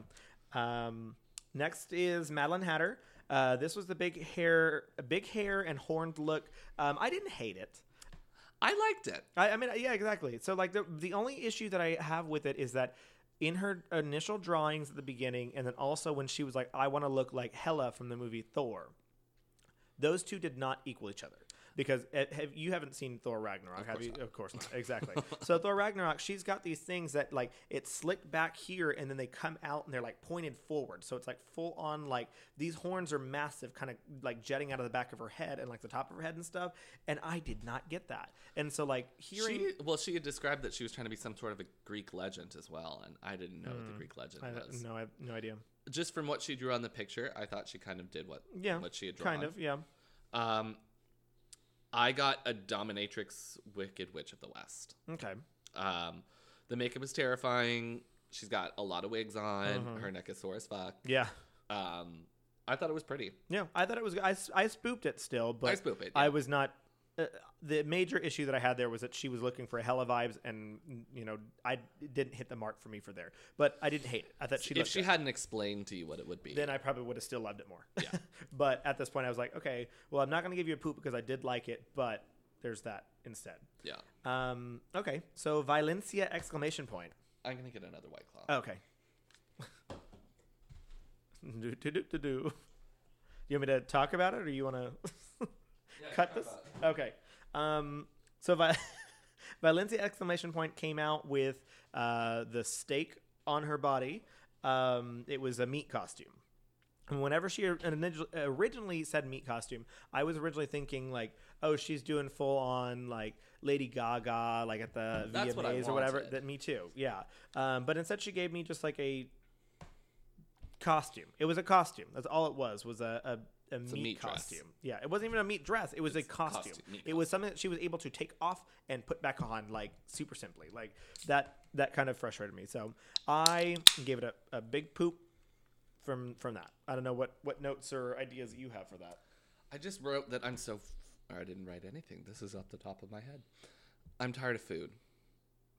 S1: um, next is Madeline Hatter. Uh, this was the big hair, big hair and horned look. Um, I didn't hate it.
S2: I liked it.
S1: I, I mean, yeah, exactly. So like the the only issue that I have with it is that in her initial drawings at the beginning, and then also when she was like, "I want to look like Hela from the movie Thor," those two did not equal each other because uh, have, you haven't seen Thor Ragnarok, have you? Of course not. Exactly. so Thor Ragnarok, she's got these things that like it's slicked back here, and then they come out and they're like pointed forward. So it's like full on like these horns are massive, kind of like jetting out of the back of her head and like the top of her head and stuff. And I did not get that. And so like hearing.
S2: She well, she had described that she was trying to be some sort of a Greek legend as well, and I didn't know what the Greek legend
S1: Hmm. I
S2: was.
S1: don't, no, I have no idea.
S2: Just from what she drew on the picture, I thought she kind of did what
S1: Yeah,
S2: what she had drawn.
S1: Kind of, yeah.
S2: Um, I got a dominatrix, wicked witch of the west.
S1: Okay.
S2: Um, the makeup is terrifying. She's got a lot of wigs on.
S1: Uh-huh.
S2: Her neck is sore as fuck.
S1: Yeah.
S2: Um, I thought it was pretty.
S1: Yeah. I thought it was. I, s- I spooped it still, but
S2: I spoop it,
S1: I
S2: yeah.
S1: was not. Uh, the major issue that I had there was that she was looking for hella vibes, and you know, I it didn't hit the mark for me for there. But I didn't hate it. I thought she.
S2: if
S1: looked
S2: she
S1: good.
S2: hadn't explained to you what it would be,
S1: then I probably would have still loved it more. Yeah. but at this point, I was like, okay, well, I'm not going to give you a poop because I did like it, but there's that instead.
S2: Yeah.
S1: Um, okay, so Valencia exclamation point.
S2: I'm gonna get another white claw.
S1: Okay. do, do, do, do, do. You want me to talk about it, or you want to cut this? Okay. Um, so Vi- Valencia exclamation point came out with uh, the steak on her body. Um, it was a meat costume. And whenever she orig- originally said meat costume, I was originally thinking like, oh, she's doing full on like Lady Gaga, like at the
S2: That's
S1: VMAs
S2: what I
S1: or whatever.
S2: wanted.
S1: That me too, yeah. Um, but instead, she gave me just like a costume. It was a costume. That's all it was. Was a a, a, meat,
S2: meat dress.
S1: costume. Yeah, it wasn't even a meat dress. It was a costume.
S2: costume, meat
S1: it was something that she was able to take off and put back on, like super simply. Like that. That kind of frustrated me. So I gave it a, a big poop from from that. I don't know what what notes or ideas you have for that.
S2: I just wrote that I'm so. F- or I didn't write anything. This is off the top of my head. I'm tired of food.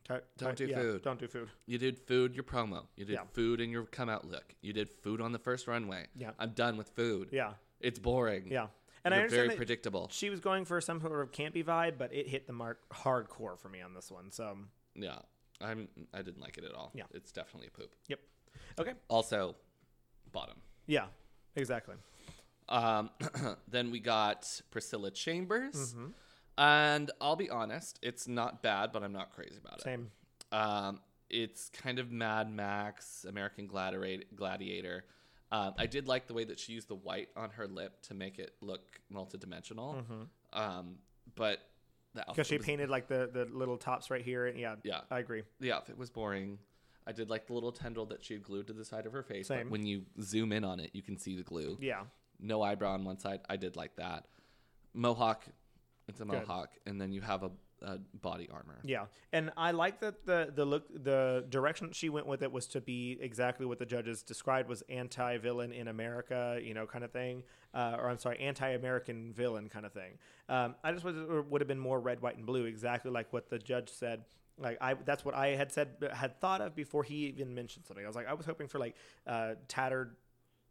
S1: Ti-
S2: Don't
S1: ti-
S2: do
S1: yeah,
S2: food.
S1: Don't do food.
S2: You did food, your promo. You did
S1: Yeah.
S2: food in your come out look. You did food on the first runway.
S1: Yeah.
S2: I'm done with food.
S1: Yeah,
S2: It's boring.
S1: yeah. And I
S2: You're
S1: understand
S2: very
S1: that
S2: predictable.
S1: she was going for some sort of campy vibe, but it hit the mark hardcore for me on this one. So
S2: Yeah. I'm I didn't like it at all.
S1: Yeah.
S2: It's definitely a poop.
S1: yep. Okay.
S2: Also, bottom.
S1: Yeah. Exactly.
S2: Um, then we got Priscilla Chambers.
S1: Mm-hmm.
S2: And I'll be honest, it's not bad, but I'm not crazy about it.
S1: Same.
S2: Um, it's kind of Mad Max, American Gladiator. Gladiator. Um, I did like the way that she used the white on her lip to make it look multidimensional. Um, but the
S1: Because
S2: outfit,
S1: Mm-hmm. she
S2: was,
S1: painted like the the little tops right here, and yeah,
S2: Yeah.
S1: I agree.
S2: the outfit was boring. I did like the little tendril that she had glued to the side of her face.
S1: Same.
S2: But when you zoom in on it, you can see the glue.
S1: Yeah,
S2: No eyebrow on one side. I did like that. Mohawk. It's a mohawk, and then you have a, a body armor.
S1: yeah, and I like that the the look the direction that she went with it was to be exactly what the judges described was anti villain in America, you know, kind of thing, uh, or I'm sorry, anti American villain kind of thing. Um, I just would would have been more red, white, and blue, exactly like what the judge said. Like I, that's what I had said, uh, had thought of before he even mentioned something. I was like, I was hoping for like uh, tattered,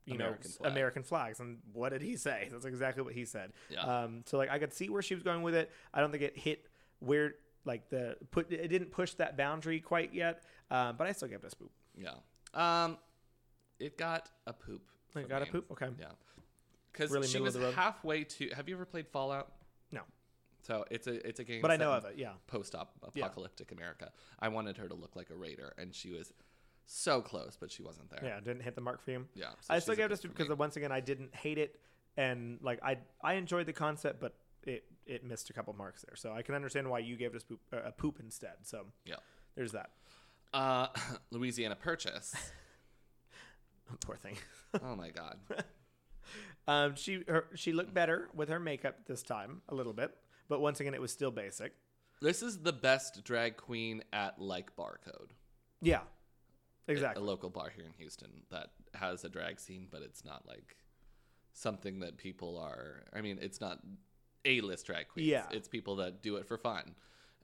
S1: you know,
S2: American
S1: s-
S2: flag.
S1: American flags. And what did he say? That's exactly what he said.
S2: Yeah.
S1: Um, so like I could see where she was going with it. I don't think it hit where like the put it didn't push that boundary quite yet. Um, but I still gave it a spoop.
S2: Yeah. Um, it got a poop.
S1: I
S2: for
S1: got a
S2: me.
S1: poop. Okay.
S2: Yeah. Because
S1: Really
S2: she
S1: middle of
S2: was
S1: the road.
S2: halfway to. Have you ever played Fallout?
S1: No.
S2: So it's a it's a game.
S1: But I
S2: set
S1: know
S2: in
S1: of it. Yeah.
S2: Post-op apocalyptic America. I wanted her to look like a raider, and she was so close, but she wasn't there.
S1: Yeah. it Didn't hit the mark for you.
S2: Yeah, so
S1: I still
S2: she's a
S1: gave it a
S2: poop
S1: spoop
S2: for me.
S1: because once again I didn't hate it and like I I enjoyed the concept, but it it missed a couple marks there. So I can understand why you gave it a spoop uh, a poop instead. So
S2: Yeah.
S1: there's that.
S2: Uh, Louisiana Purchase.
S1: Poor thing.
S2: oh my God.
S1: Um, she her, she looked better with her makeup this time a little bit, but once again it was still basic.
S2: This is the best drag queen at like barcode.
S1: Yeah,
S2: a
S1: exactly.
S2: local bar here in Houston that has a drag scene, but it's not like something that people are. I mean, it's not A list drag queens.
S1: Yeah.
S2: It's people that do it for fun.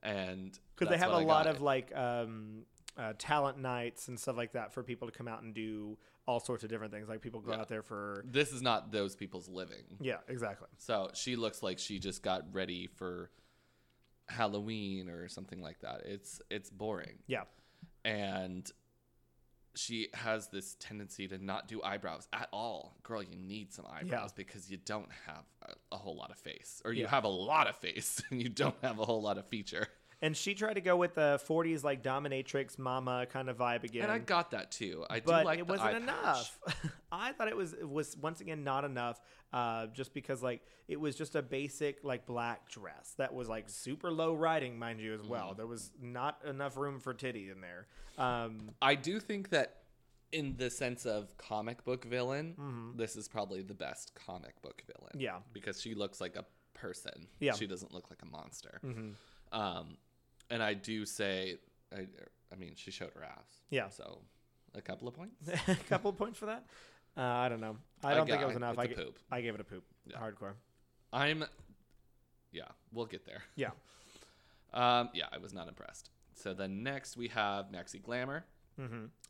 S2: And
S1: Because they
S2: that's
S1: have a
S2: what I
S1: lot
S2: got.
S1: of like um, uh, talent nights and stuff like that for people to come out and do all sorts of different things. Like people go
S2: Yeah.
S1: out there for
S2: This is not those people's living.
S1: yeah, exactly.
S2: So she looks like she just got ready for Halloween or something like that. It's it's boring.
S1: Yeah,
S2: And she has this tendency to not do eyebrows at all. Girl, you need some eyebrows because you don't have a, a whole lot of face, or you
S1: Yeah.
S2: have a lot of face and you don't have a whole lot of feature.
S1: and she tried to go with the '40s like dominatrix mama kind of vibe again.
S2: And I got that too. I do
S1: but
S2: like
S1: it
S2: the
S1: wasn't
S2: eye patch.
S1: enough. I thought it was it was once again not enough, uh, just because like it was just a basic like black dress that was like super low riding, mind you, as well.
S2: Mm-hmm.
S1: There was not enough room for titty in there. Um,
S2: I do think that in the sense of comic book villain, this is probably the best comic book villain.
S1: Mm-hmm. Yeah.
S2: Because she looks like a person.
S1: Yeah. Mm.
S2: She doesn't look like a monster. Um, and I do say, I, I mean, she showed her ass.
S1: Yeah.
S2: So a couple of points.
S1: a couple of points for that. Uh, I don't know. I
S2: I
S1: don't think
S2: got-
S1: it was enough.
S2: it's
S1: I
S2: a
S1: ga-
S2: poop.
S1: I gave it a poop. Hardcore.
S2: I'm, yeah, we'll get there.
S1: Yeah.
S2: Um, yeah, I was not impressed. So then next we have Maxi Glamour.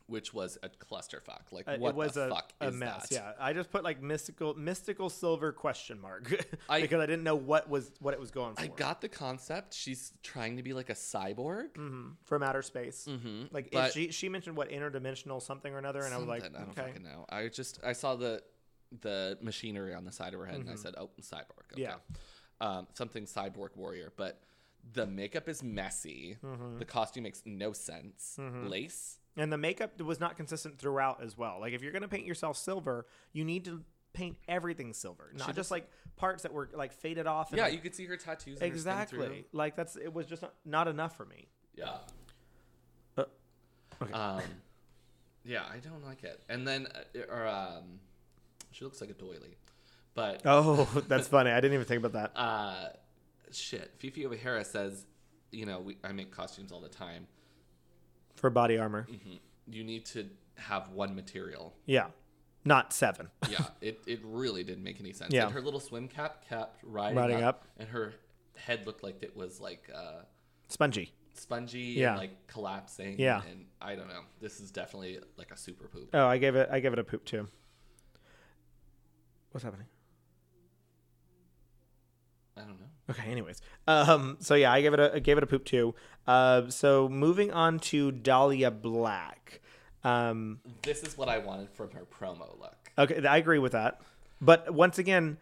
S2: which was a clusterfuck. Like,
S1: Mm-hmm. Uh,
S2: what
S1: it was
S2: the
S1: a,
S2: fuck
S1: a
S2: is
S1: mess.
S2: that?
S1: Yeah, I just put like mystical mystical silver question mark
S2: I-
S1: because I didn't know what was what it was going for.
S2: I got the concept. She's trying to be like a cyborg.
S1: Mhm. from outer space.
S2: Mm-hmm.
S1: Like
S2: But-
S1: if she she mentioned what interdimensional something or another, and I was like,
S2: I don't
S1: okay,
S2: fucking know. I just I saw the the machinery on the side of her head, and I said, "Oh, cyborg."
S1: Mm-hmm.
S2: Okay.
S1: Yeah.
S2: um, something cyborg warrior. But the makeup is messy.
S1: Mm-hmm.
S2: The costume makes no sense. Lace.
S1: and the makeup was not consistent throughout as well. Like if you're gonna paint yourself silver, you need to paint everything silver, not just like parts that were like faded off. And,
S2: Yeah,
S1: like-
S2: you could see her tattoos. and her skin
S1: exactly.
S2: through.
S1: Like that's it was just not, not enough for me.
S2: Yeah.
S1: Uh, okay.
S2: Um, yeah, I don't like it. And then, uh, or um, she looks like a doily, but
S1: Oh, that's funny. I didn't even think about that.
S2: uh, shit. Fifi O'Hara says, you know, we, I make costumes all the time.
S1: For body armor,
S2: Mm-hmm. You need to have one material.
S1: yeah, not seven.
S2: Yeah, it, it really didn't make any sense.
S1: Yeah.
S2: And her little swim cap kept riding,
S1: Riding
S2: up,
S1: up.
S2: and her head looked like it was like uh,
S1: Spongy.
S2: spongy
S1: Yeah.
S2: and like collapsing.
S1: Yeah.
S2: and I don't know. This is definitely like a super poop.
S1: Oh, I gave it. I gave it a poop too. What's happening?
S2: I don't know.
S1: Okay. Anyways, um, so yeah, I gave it a I gave it a poop too. Uh, so moving on to Dahlia Black. Um,
S2: This is what I wanted from her promo look.
S1: okay, I agree with that. But once again,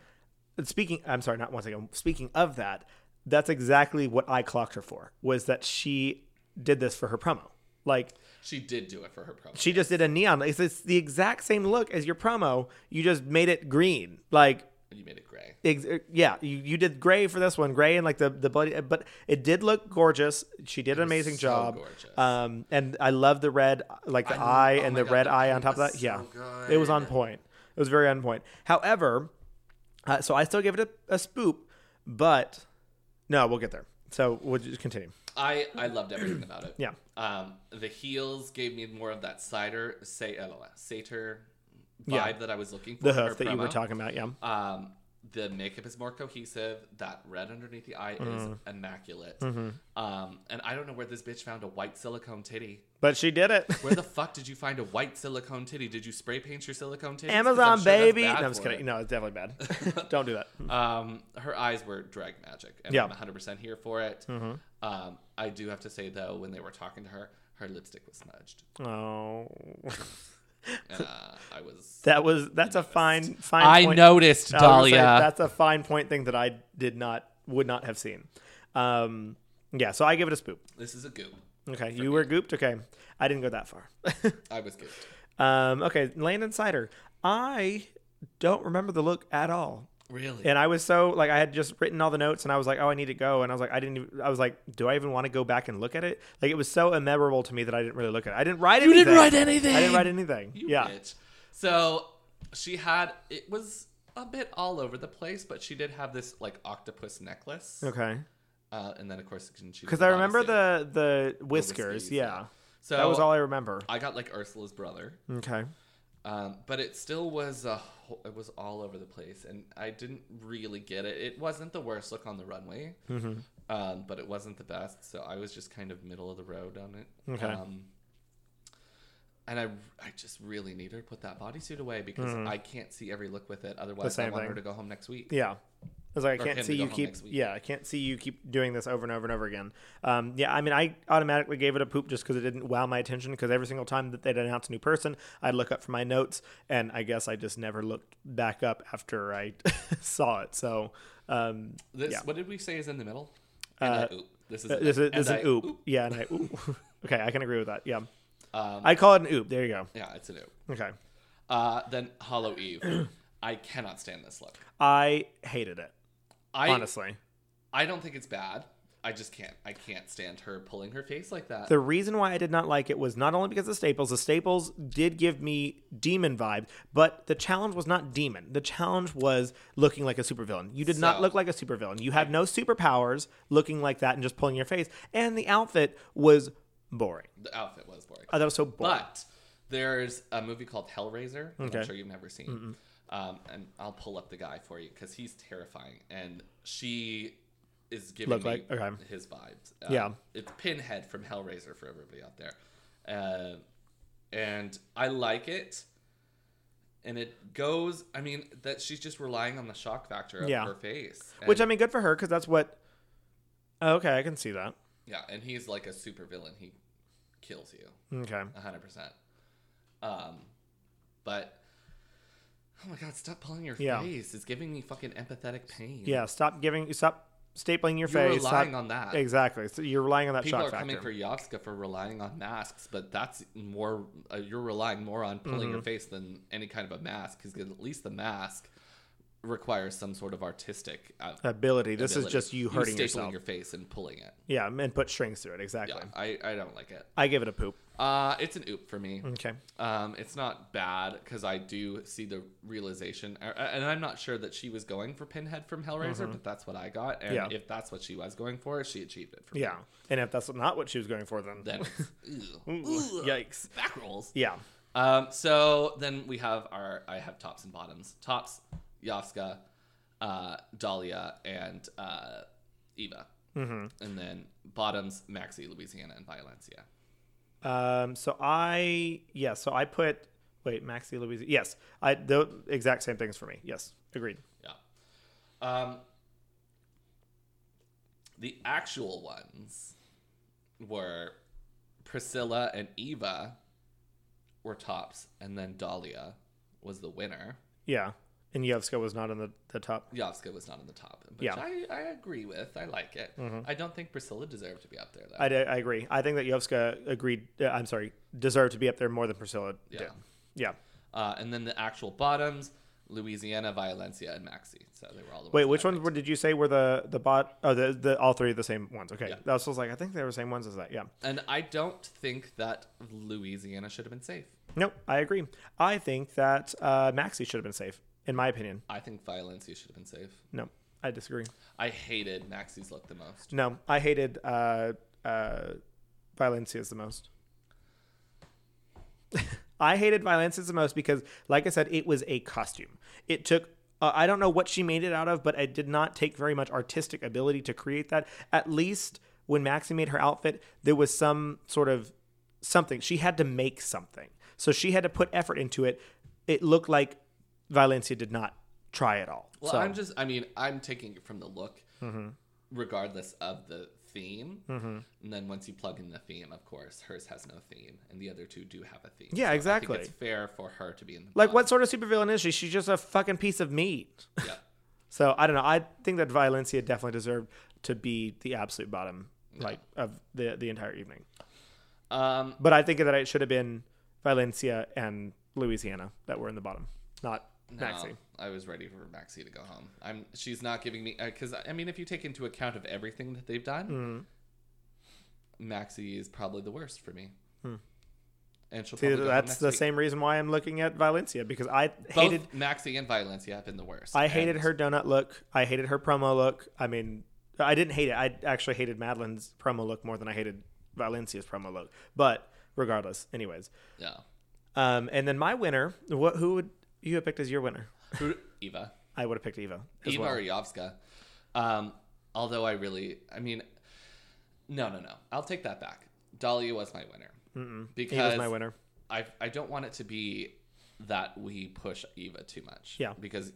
S1: speaking, I'm sorry, not once again. Speaking of that, that's exactly what I clocked her for. Was that she did this for her promo? Like
S2: She did do it for her promo.
S1: she just did a neon. It's, it's the exact same look as your promo. You just made it green. Like
S2: you made it gray.
S1: Ex- er, yeah, you, you did gray for this one, gray and like the the bloody, but it did look gorgeous. She did an amazing
S2: so
S1: job.
S2: gorgeous.
S1: Um, and I love the red, like the
S2: I-
S1: eye
S2: oh
S1: and
S2: my
S1: the
S2: God,
S1: red
S2: that
S1: eye
S2: paint
S1: on top of
S2: was
S1: that. yeah,
S2: so
S1: it was on point. It was very on point. However, uh, so I still give it a, a spoop, but no, we'll get there. So we'll just continue.
S2: I I loved everything about it.
S1: Yeah.
S2: Um, the heels gave me more of that cider say uh, satyr vibe
S1: Yeah.
S2: that I was looking for.
S1: The
S2: in her
S1: hoof that you were
S2: promo.
S1: talking about, yeah.
S2: Um, the makeup is more cohesive. That red underneath the eye is
S1: Mm-hmm.
S2: immaculate. Um, and I don't know where this bitch found a white silicone titty.
S1: But she did it.
S2: Where the fuck did you find a white silicone titty? Did you spray paint your silicone titty?
S1: Amazon baby. No, I'm just kidding. No, it's definitely bad. Don't do that.
S2: Um, her eyes were drag magic, and
S1: Yeah. Mm-hmm.
S2: I'm 100% here for it. Um, I do have to say though, when they were talking to her, her lipstick was smudged,
S1: Oh,
S2: and uh, I was.
S1: that was that's a fine fine. point.
S2: noticed,
S1: I was gonna say, that's a fine point thing that I did not would not have seen. Um, yeah, so I give it a spoop.
S2: This is a goop.
S1: Okay, you were gooped. Okay, I didn't go that far.
S2: I was gooped.
S1: um, okay, Landon Cider. I don't remember the look at all.
S2: Really?
S1: And I was so like I had just written all the notes and I was like, oh, I need to go. And I was like, I didn't. Even, I was like, do I even want to go back and look at it? Like it was so immemorable to me that I didn't really look at it. I didn't write. You anything.
S2: anything.
S1: I didn't write anything.
S2: You
S1: yeah.
S2: bitch. So she had it was a bit all over the place, but she did have this like octopus necklace,
S1: Okay.
S2: uh, and then of course she
S1: Because I remember the the whiskers.
S2: whiskies,
S1: yeah.
S2: yeah. So
S1: That was all I remember.
S2: I got like Ursula's brother.
S1: Okay.
S2: Um, but it still was a whole, it was all over the place, and I didn't really get it. It wasn't the worst look on the runway,
S1: Mm-hmm.
S2: um, but it wasn't the best. So I was just kind of middle of the road on it.
S1: Okay.
S2: Um, and I, I just really need her to put that bodysuit away because I can't see every look with it. Otherwise, I
S1: Mm-hmm. same
S2: want her
S1: thing.
S2: to go home next week.
S1: Yeah. I was like, I
S2: him
S1: can't see
S2: to go
S1: you
S2: home
S1: keep.
S2: next week.
S1: Yeah, I can't see you keep doing this over and over and over again. Um, yeah, I mean, I automatically gave it a poop just because it didn't wow my attention. Because every single time that they'd announce a new person, I'd look up for my notes, and I guess I just never looked back up after I saw it. So um,
S2: This
S1: Yeah.
S2: what did we say is in the middle? And I oop. This is
S1: Uh, this is,
S2: and
S1: this is
S2: I
S1: an oop. Yeah, and I oop. okay, I can agree with that. Yeah,
S2: Um,
S1: I call it an oop. There you go.
S2: yeah, it's an oop.
S1: Okay,
S2: Uh, then Hollow Eve. I cannot stand this look.
S1: I hated it
S2: I
S1: honestly.
S2: I don't think it's bad. I just can't. I can't stand her pulling her face like that.
S1: The reason why I did not like it was not only because of Staples, the Staples did give me demon vibe, but the challenge was not demon. The challenge was looking like a supervillain. You did not
S2: So-
S1: look like a supervillain. You had no superpowers looking like that and just pulling your face. And the outfit was boring.
S2: the outfit was boring.
S1: I thought it was so boring.
S2: but there's a movie called Hellraiser. that I'm
S1: Okay.
S2: sure you've never seen. Um, and I'll pull up the guy for you because he's terrifying. And she is giving
S1: Look
S2: me
S1: like- okay.
S2: his vibes. Um,
S1: Yeah.
S2: it's Pinhead from Hellraiser for everybody out there. Uh, and I like it. And it goes. I mean, that she's just relying on the shock factor of
S1: Yeah.
S2: her face,
S1: Which I
S2: And-
S1: mean, good for her because that's what. Okay, I can see that.
S2: yeah. And he's like a super villain. He kills you.
S1: Okay.
S2: A hundred percent. Um, but oh my god, stop pulling your
S1: Yeah.
S2: face! It's giving me fucking empathetic pain.
S1: Yeah. Stop giving. Stop stapling your
S2: you're
S1: face.
S2: relying
S1: stop,
S2: on that.
S1: Exactly. So you're relying on that
S2: People
S1: shock
S2: are coming
S1: factor.
S2: for Yovska for relying on masks, but that's more uh, you're relying more on pulling your
S1: Mm-hmm.
S2: face than any kind of a mask because at least the mask requires some sort of artistic. Uh,
S1: Ability. This
S2: ability.
S1: is just you hurting
S2: stapling
S1: yourself.
S2: your face and pulling it.
S1: Yeah, and put strings through it. Exactly.
S2: Yeah, I, I don't like it.
S1: I give it a poop.
S2: Uh, it's an oop for me.
S1: Okay.
S2: Um, it's not bad because I do see the realization, er, a- a- and I'm not sure that she was going for Pinhead from Hellraiser, but that's what I got. And
S1: Mm-hmm. Yeah.
S2: if that's what she was going for, she achieved it. For me.
S1: Yeah. And if that's not what she was going for, then
S2: Then, it's, ew,
S1: Ooh,
S2: Ugh.
S1: yikes.
S2: back rolls.
S1: Yeah.
S2: Um, so then we have our I have tops and bottoms. Tops, Yovska, uh, Dahlia, and uh, Eva,
S1: Mm-hmm.
S2: and then bottoms Maxie, Louisiana, and Violencia.
S1: Um, so I yeah, so I put wait, Maxi Louise. Yes. I the exact same things for me. Yes. Agreed.
S2: Yeah. Um, the actual ones were Priscilla and Eva were tops, and then Dahlia was the winner.
S1: Yeah. And Yevska was not in the, the top.
S2: Yovska was not in the top, which
S1: Yeah. Mm-hmm.
S2: I, I agree with. I like it. I don't think Priscilla deserved to be up there, though.
S1: I, d- I agree. I think that Yevska agreed uh, I'm sorry, deserved to be up there more than Priscilla did.
S2: Yeah.
S1: Yeah.
S2: uh, and then the actual bottoms, Louisiana, Violencia, and Maxi. So they were all the ones
S1: Wait,
S2: that
S1: which
S2: I
S1: ones were, did you say were the the bot? Oh, the, the all three of the same ones. Okay,
S2: Yeah.
S1: that was, I was like, I think they were the same ones as that. Yeah.
S2: And I don't think that Louisiana should have been safe.
S1: Nope, I agree. I think that uh, Maxi should have been safe, in my opinion.
S2: I think Violencia should have been safe.
S1: No, I disagree.
S2: I hated Maxie's look the most.
S1: No, I hated uh, uh, Valencia's the most. I hated Valencia's the most because, like I said, it was a costume. It took. Uh, I don't know what she made it out of, but it did not take very much artistic ability to create that. At least when Maxie made her outfit, there was some sort of something. She had to make something. So she had to put effort into it. It looked like Valencia did not try at all.
S2: Well,
S1: so, Mm-hmm.
S2: I'm just, I mean, I'm taking it from the look, regardless of the theme. And then once you plug in the theme, of course, hers has no theme, and the other two do have a theme.
S1: Yeah,
S2: I think
S1: exactly.
S2: it's fair for her to be in the
S1: like, what sort of supervillain is she? She's just a fucking piece of meat.
S2: bottom. Yeah.
S1: So I don't know. I think that Valencia definitely deserved to be the absolute bottom, like of the the entire evening.
S2: Um,
S1: But I think that it should have been Valencia and Louisiana that were in the bottom, not
S2: no,
S1: Maxi.
S2: I was ready for Maxie to go home. I'm. She's not giving me because I mean, if you take into account of everything that they've
S1: Mm-hmm.
S2: done, Maxie is probably the worst for me. And she'll
S1: Hmm. See,
S2: probably go home
S1: that's
S2: next
S1: the
S2: week.
S1: same reason why I'm looking at Valencia because I
S2: Both
S1: hated
S2: Maxie and Violencia have been the worst.
S1: I hated
S2: and-
S1: her donut look. I hated her promo look. I mean, I didn't hate it. I actually hated Madeline's promo look more than I hated Valencia's promo look. But regardless, anyways.
S2: Yeah.
S1: Um, and then my winner, what who would you have picked as your winner?
S2: Who- Eva.
S1: I would have picked Eva. As
S2: Eva
S1: well.
S2: or Yovska. Um, although I really, I mean, no, no, no. I'll take that back. Dahlia was my winner. Mm-mm. Because
S1: Eva's my winner.
S2: I, I don't want it to be that we push Eva too much.
S1: Yeah.
S2: Because,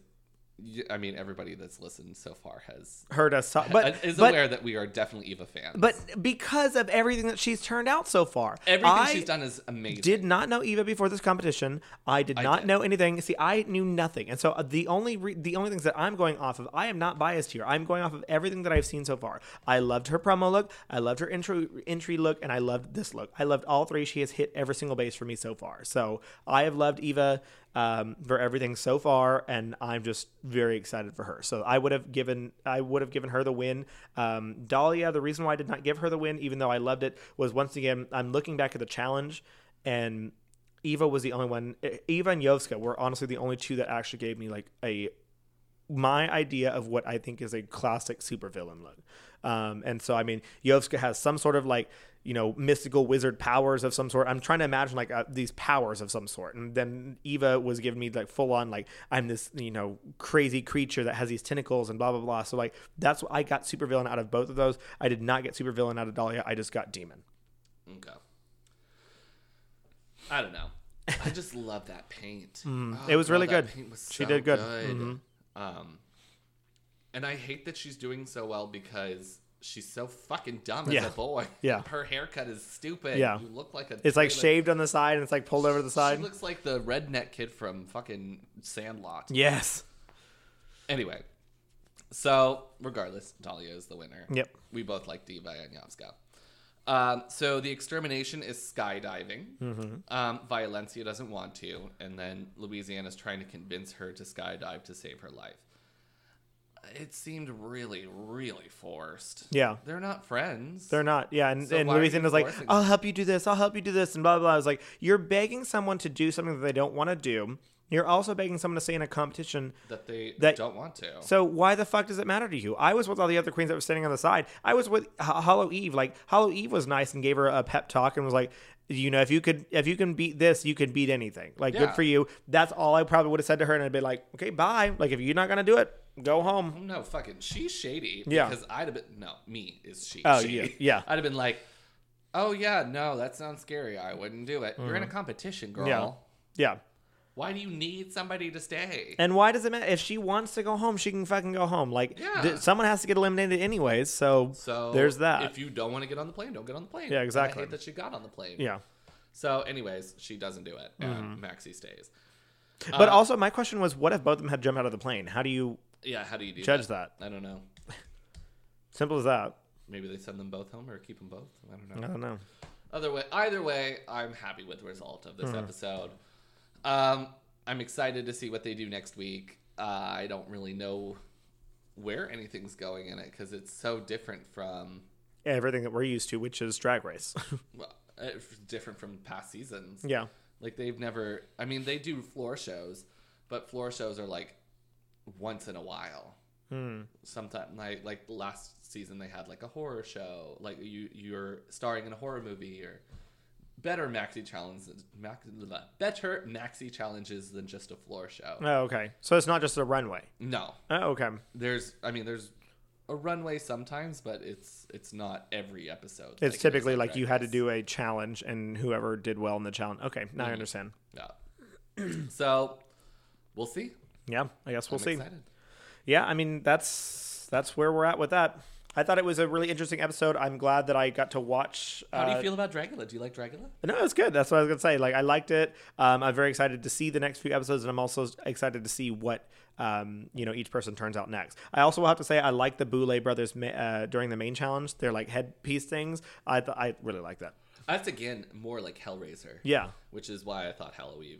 S2: y- I mean, everybody that's listened so far has uh,
S1: Heard us talk, but
S2: is
S1: but,
S2: aware that we are definitely Eva fans.
S1: but because of everything that she's turned out so far,
S2: everything
S1: I
S2: she's done is amazing.
S1: did not know Eva before this competition. I did not
S2: did.
S1: know anything. See, I knew nothing, and so uh, the only re- the only things that I'm going off of, I am not biased here. I'm going off of everything that I've seen so far. I loved her promo look, I loved her entry entry look, and I loved this look. I loved all three. She has hit every single base for me so far. So I have loved Eva um, for everything so far, and I'm just very excited for her. So I would have given I would have given her the win. Um, Dahlia, the reason why I did not give her the win, even though I loved it, was once again I'm looking back at the challenge and Eva was the only one. E, Eva and Yovska were honestly the only two that actually gave me like a my idea of what I think is a classic supervillain look. Um, and so I mean, Yovska has some sort of like you know mystical wizard powers of some sort. I'm trying to imagine like uh, these powers of some sort. And then Eva was giving me like full on like I'm this you know crazy creature that has these tentacles and blah blah blah. So like that's what I got supervillain out of both of those. I did not get supervillain out of Dahlia. I just got demon.
S2: Okay. I don't know. I just love that paint. Oh,
S1: Mm, It was
S2: girl,
S1: really
S2: that
S1: good.
S2: paint was
S1: She
S2: so
S1: did good. Mhm.
S2: Um, and I hate that she's doing so well because she's so fucking dumb
S1: Yeah.
S2: as a boy.
S1: Yeah.
S2: her haircut is stupid.
S1: Yeah.
S2: you look like a.
S1: It's like
S2: toilet-
S1: shaved on the side and it's like pulled over to the side.
S2: She looks like the redneck kid from fucking Sandlot.
S1: yes.
S2: Anyway, so regardless, Dahlia is the winner.
S1: Yep.
S2: We both like Diva and Yavska. Um, so the extermination is skydiving.
S1: Mm-hmm.
S2: Um, Violencia doesn't want to, and then Louisiana's trying to convince her to skydive to save her life. It seemed really, really forced.
S1: Yeah.
S2: They're not friends.
S1: They're not. Yeah, and,
S2: So
S1: and
S2: why are you
S1: Louisiana's like,
S2: forcing
S1: I'll help you do this, I'll help you do this, and blah, blah, blah. I was like, you're begging someone to do something that they don't want to do. You're also begging someone to stay in a competition.
S2: that they
S1: That-
S2: don't want to.
S1: So why the fuck does it matter to you? I was with all the other queens that were standing on the side. I was with H- Hollow Eve. Like Hollow Eve was nice and gave her a pep talk and was like, you know, if you could, if you can beat this, you can beat anything. Like good
S2: Yeah.
S1: for you. That's all I probably would have said to her, and I'd be like, okay, bye. Like if you're not gonna do it, go home.
S2: No, fucking, she's shady.
S1: Yeah.
S2: Because I'd have been, no, me is she.
S1: Oh,
S2: shady.
S1: yeah, yeah.
S2: I'd have been like, oh, yeah, no, that sounds scary. I wouldn't do it. You're in a competition, girl.
S1: Mm. Yeah. Yeah.
S2: Why do you need somebody to stay?
S1: And why does it matter? If she wants to go home, she can fucking go home. Like,
S2: Yeah.
S1: th- someone has to get eliminated anyways. So,
S2: So
S1: there's that.
S2: If you don't want to get on the plane, don't get on the plane.
S1: Yeah,
S2: And
S1: exactly.
S2: I hate that she got on the plane.
S1: yeah. Mm-hmm.
S2: So, anyways, she doesn't do it, and Maxie stays. uh,
S1: But also, my question was, what if both of them had jumped out of the plane? How do you?
S2: Yeah, how do you do
S1: Judge
S2: I don't know.
S1: Simple as that.
S2: Maybe they send them both home or keep them both. I don't know.
S1: I don't know.
S2: Other way, either way, I'm happy with the result of this episode. Um, I'm excited to see what they do next week. Uh, I don't really know where anything's going in it because it's so different from
S1: Everything that we're used to, which is Drag Race.
S2: well, uh, different from past seasons.
S1: yeah.
S2: Like they've never. I mean, they do floor shows, but floor shows are like once in a while.
S1: Hmm.
S2: Sometimes, like like last season, they had like a horror show. Like you you're starring in a horror movie or better maxi challenges, max, blah, better maxi challenges than just a floor show.
S1: Oh, okay. So it's not just a runway.
S2: No,
S1: Oh, okay.
S2: there's. I mean, there's a runway sometimes, but it's it's not every episode.
S1: It's
S2: it
S1: typically
S2: is
S1: like you had to
S2: Drag Race.
S1: do a challenge, and whoever did well in the challenge. Okay, now
S2: Mm-hmm.
S1: I understand.
S2: Yeah. so we'll see.
S1: Yeah, I guess we'll
S2: I'm
S1: see.
S2: excited.
S1: yeah i mean that's that's where we're at with that i thought it was a really interesting episode i'm glad that i got to watch
S2: How do
S1: uh,
S2: you feel about Dragula? Do you like Dragula?
S1: no it's good that's what i was gonna say like i liked it um, i'm very excited to see the next few episodes and i'm also excited to see what um, you know each person turns out next i also will have to say i like the boulay brothers ma- uh, during the main challenge they're like headpiece things i th- i really like that
S2: That's again more like Hellraiser,
S1: yeah
S2: which is why I thought Halloween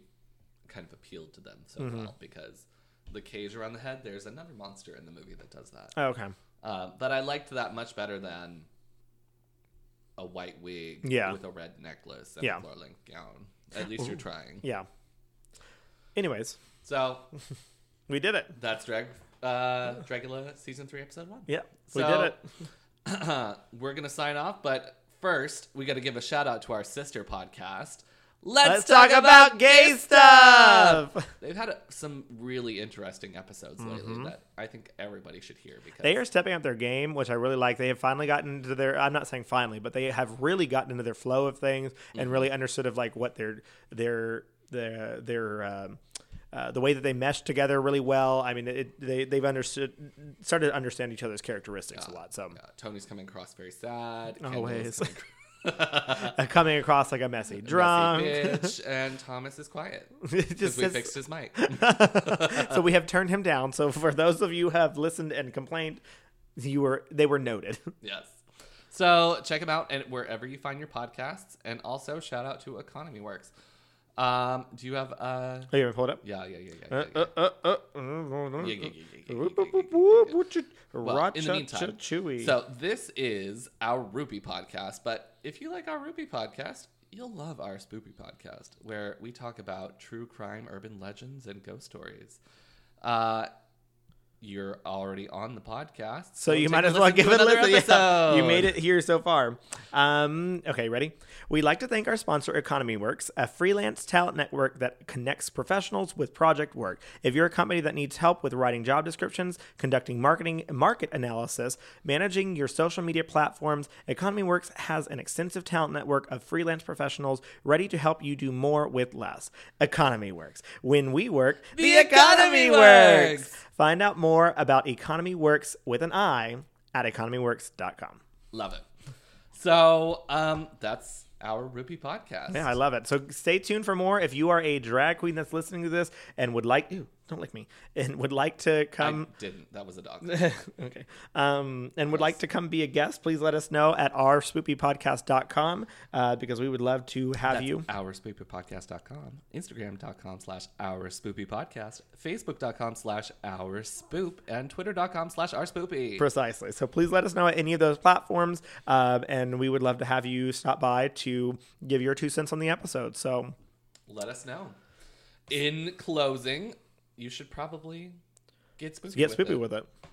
S2: kind of appealed to them so well because the cage around the head. There's another monster in the movie that does that,
S1: Oh, okay
S2: uh, but I liked that much better than a white wig
S1: Yeah.
S2: with a red necklace and
S1: Yeah.
S2: a floor length gown. At least you're trying.
S1: yeah anyways
S2: So
S1: we did it
S2: that's Drag uh, Dragula season three episode one.
S1: yeah we
S2: So-
S1: did it
S2: We're gonna sign off, but first we got to give a shout out to our sister podcast. Let's,
S1: let's talk about gay stuff
S2: They've had a- some really interesting episodes lately that I think everybody should hear because
S1: Mm-hmm. They are stepping up their game, which I really like. They have finally gotten into their I'm not saying finally, but they have really gotten into their flow of things
S2: Mm-hmm.
S1: and really understood of like what their their their their um uh, the way that they mesh together really well. I mean, it, they they've understood started to understand each other's characteristics a lot. So
S2: uh, Tony's coming across very sad,
S1: Always.
S2: Kendall's coming across-
S1: uh, coming across like a messy drunk.
S2: Messy bitch, and Thomas is quiet
S1: It
S2: because
S1: just
S2: we
S1: says-
S2: fixed his mic.
S1: so we have turned him down. So for those of you who have listened and complained, you were they were noted.
S2: yes. So check him out and wherever you find your podcasts, and also shout out to Economy Works. Um, do you have uh?
S1: Are you gonna pull it up?
S2: Yeah, yeah, yeah, yeah. yeah,
S1: Uh,
S2: yeah.
S1: uh, uh, uh, uh,
S2: Yeah, yeah, yeah, yeah, yeah,
S1: Whoop,
S2: yeah,
S1: whoop, whoop,
S2: yeah, yeah, yeah.
S1: whoop, whoop, choo-
S2: Well, in the
S1: Racha- cha-
S2: meantime,
S1: chewy.
S2: so this is our Rupee podcast, but if you like our Rupee podcast, you'll love our Spoopy podcast, where we talk about true crime, urban legends, and ghost stories. Uh, you're already on the podcast.
S1: So you
S2: take
S1: might
S2: a
S1: as well
S2: listen to
S1: give it a
S2: another
S1: listen. Yeah, you
S2: episode.
S1: made it here so far. Um, okay, ready? We'd like to thank our sponsor, Economy Works, a freelance talent network that connects professionals with project work. If you're a company that needs help with writing job descriptions, conducting marketing market analysis, managing your social media platforms, Economy Works has an extensive talent network of freelance professionals ready to help you do more with less. Economy Works. When we work,
S2: The economy works.
S1: Find out more about Economy Works with an I at economyworks.com.
S2: Love it. So um, that's our Rupee podcast.
S1: Yeah, I love it. So stay tuned for more. If you are a drag queen that's listening to this and would like, ew, don't lick me, and would like to come.
S2: I didn't. That was a dog.
S1: okay. Um, and would like to come be a guest, please let us know at our spoopypodcast.com uh, because we would love to have
S2: That's
S1: you.
S2: OurSpoopyPodcast.com, Instagram.com slash OurSpoopyPodcast, Facebook.com slash OurSpoop, and Twitter.com slash OurSpoopy.
S1: Precisely. So please let us know at any of those platforms. Um, and we would love to have you stop by to give your two cents on the episode. So
S2: Let us know. In closing, you should probably get spoopy
S1: get
S2: with
S1: spoopy
S2: it.
S1: with it.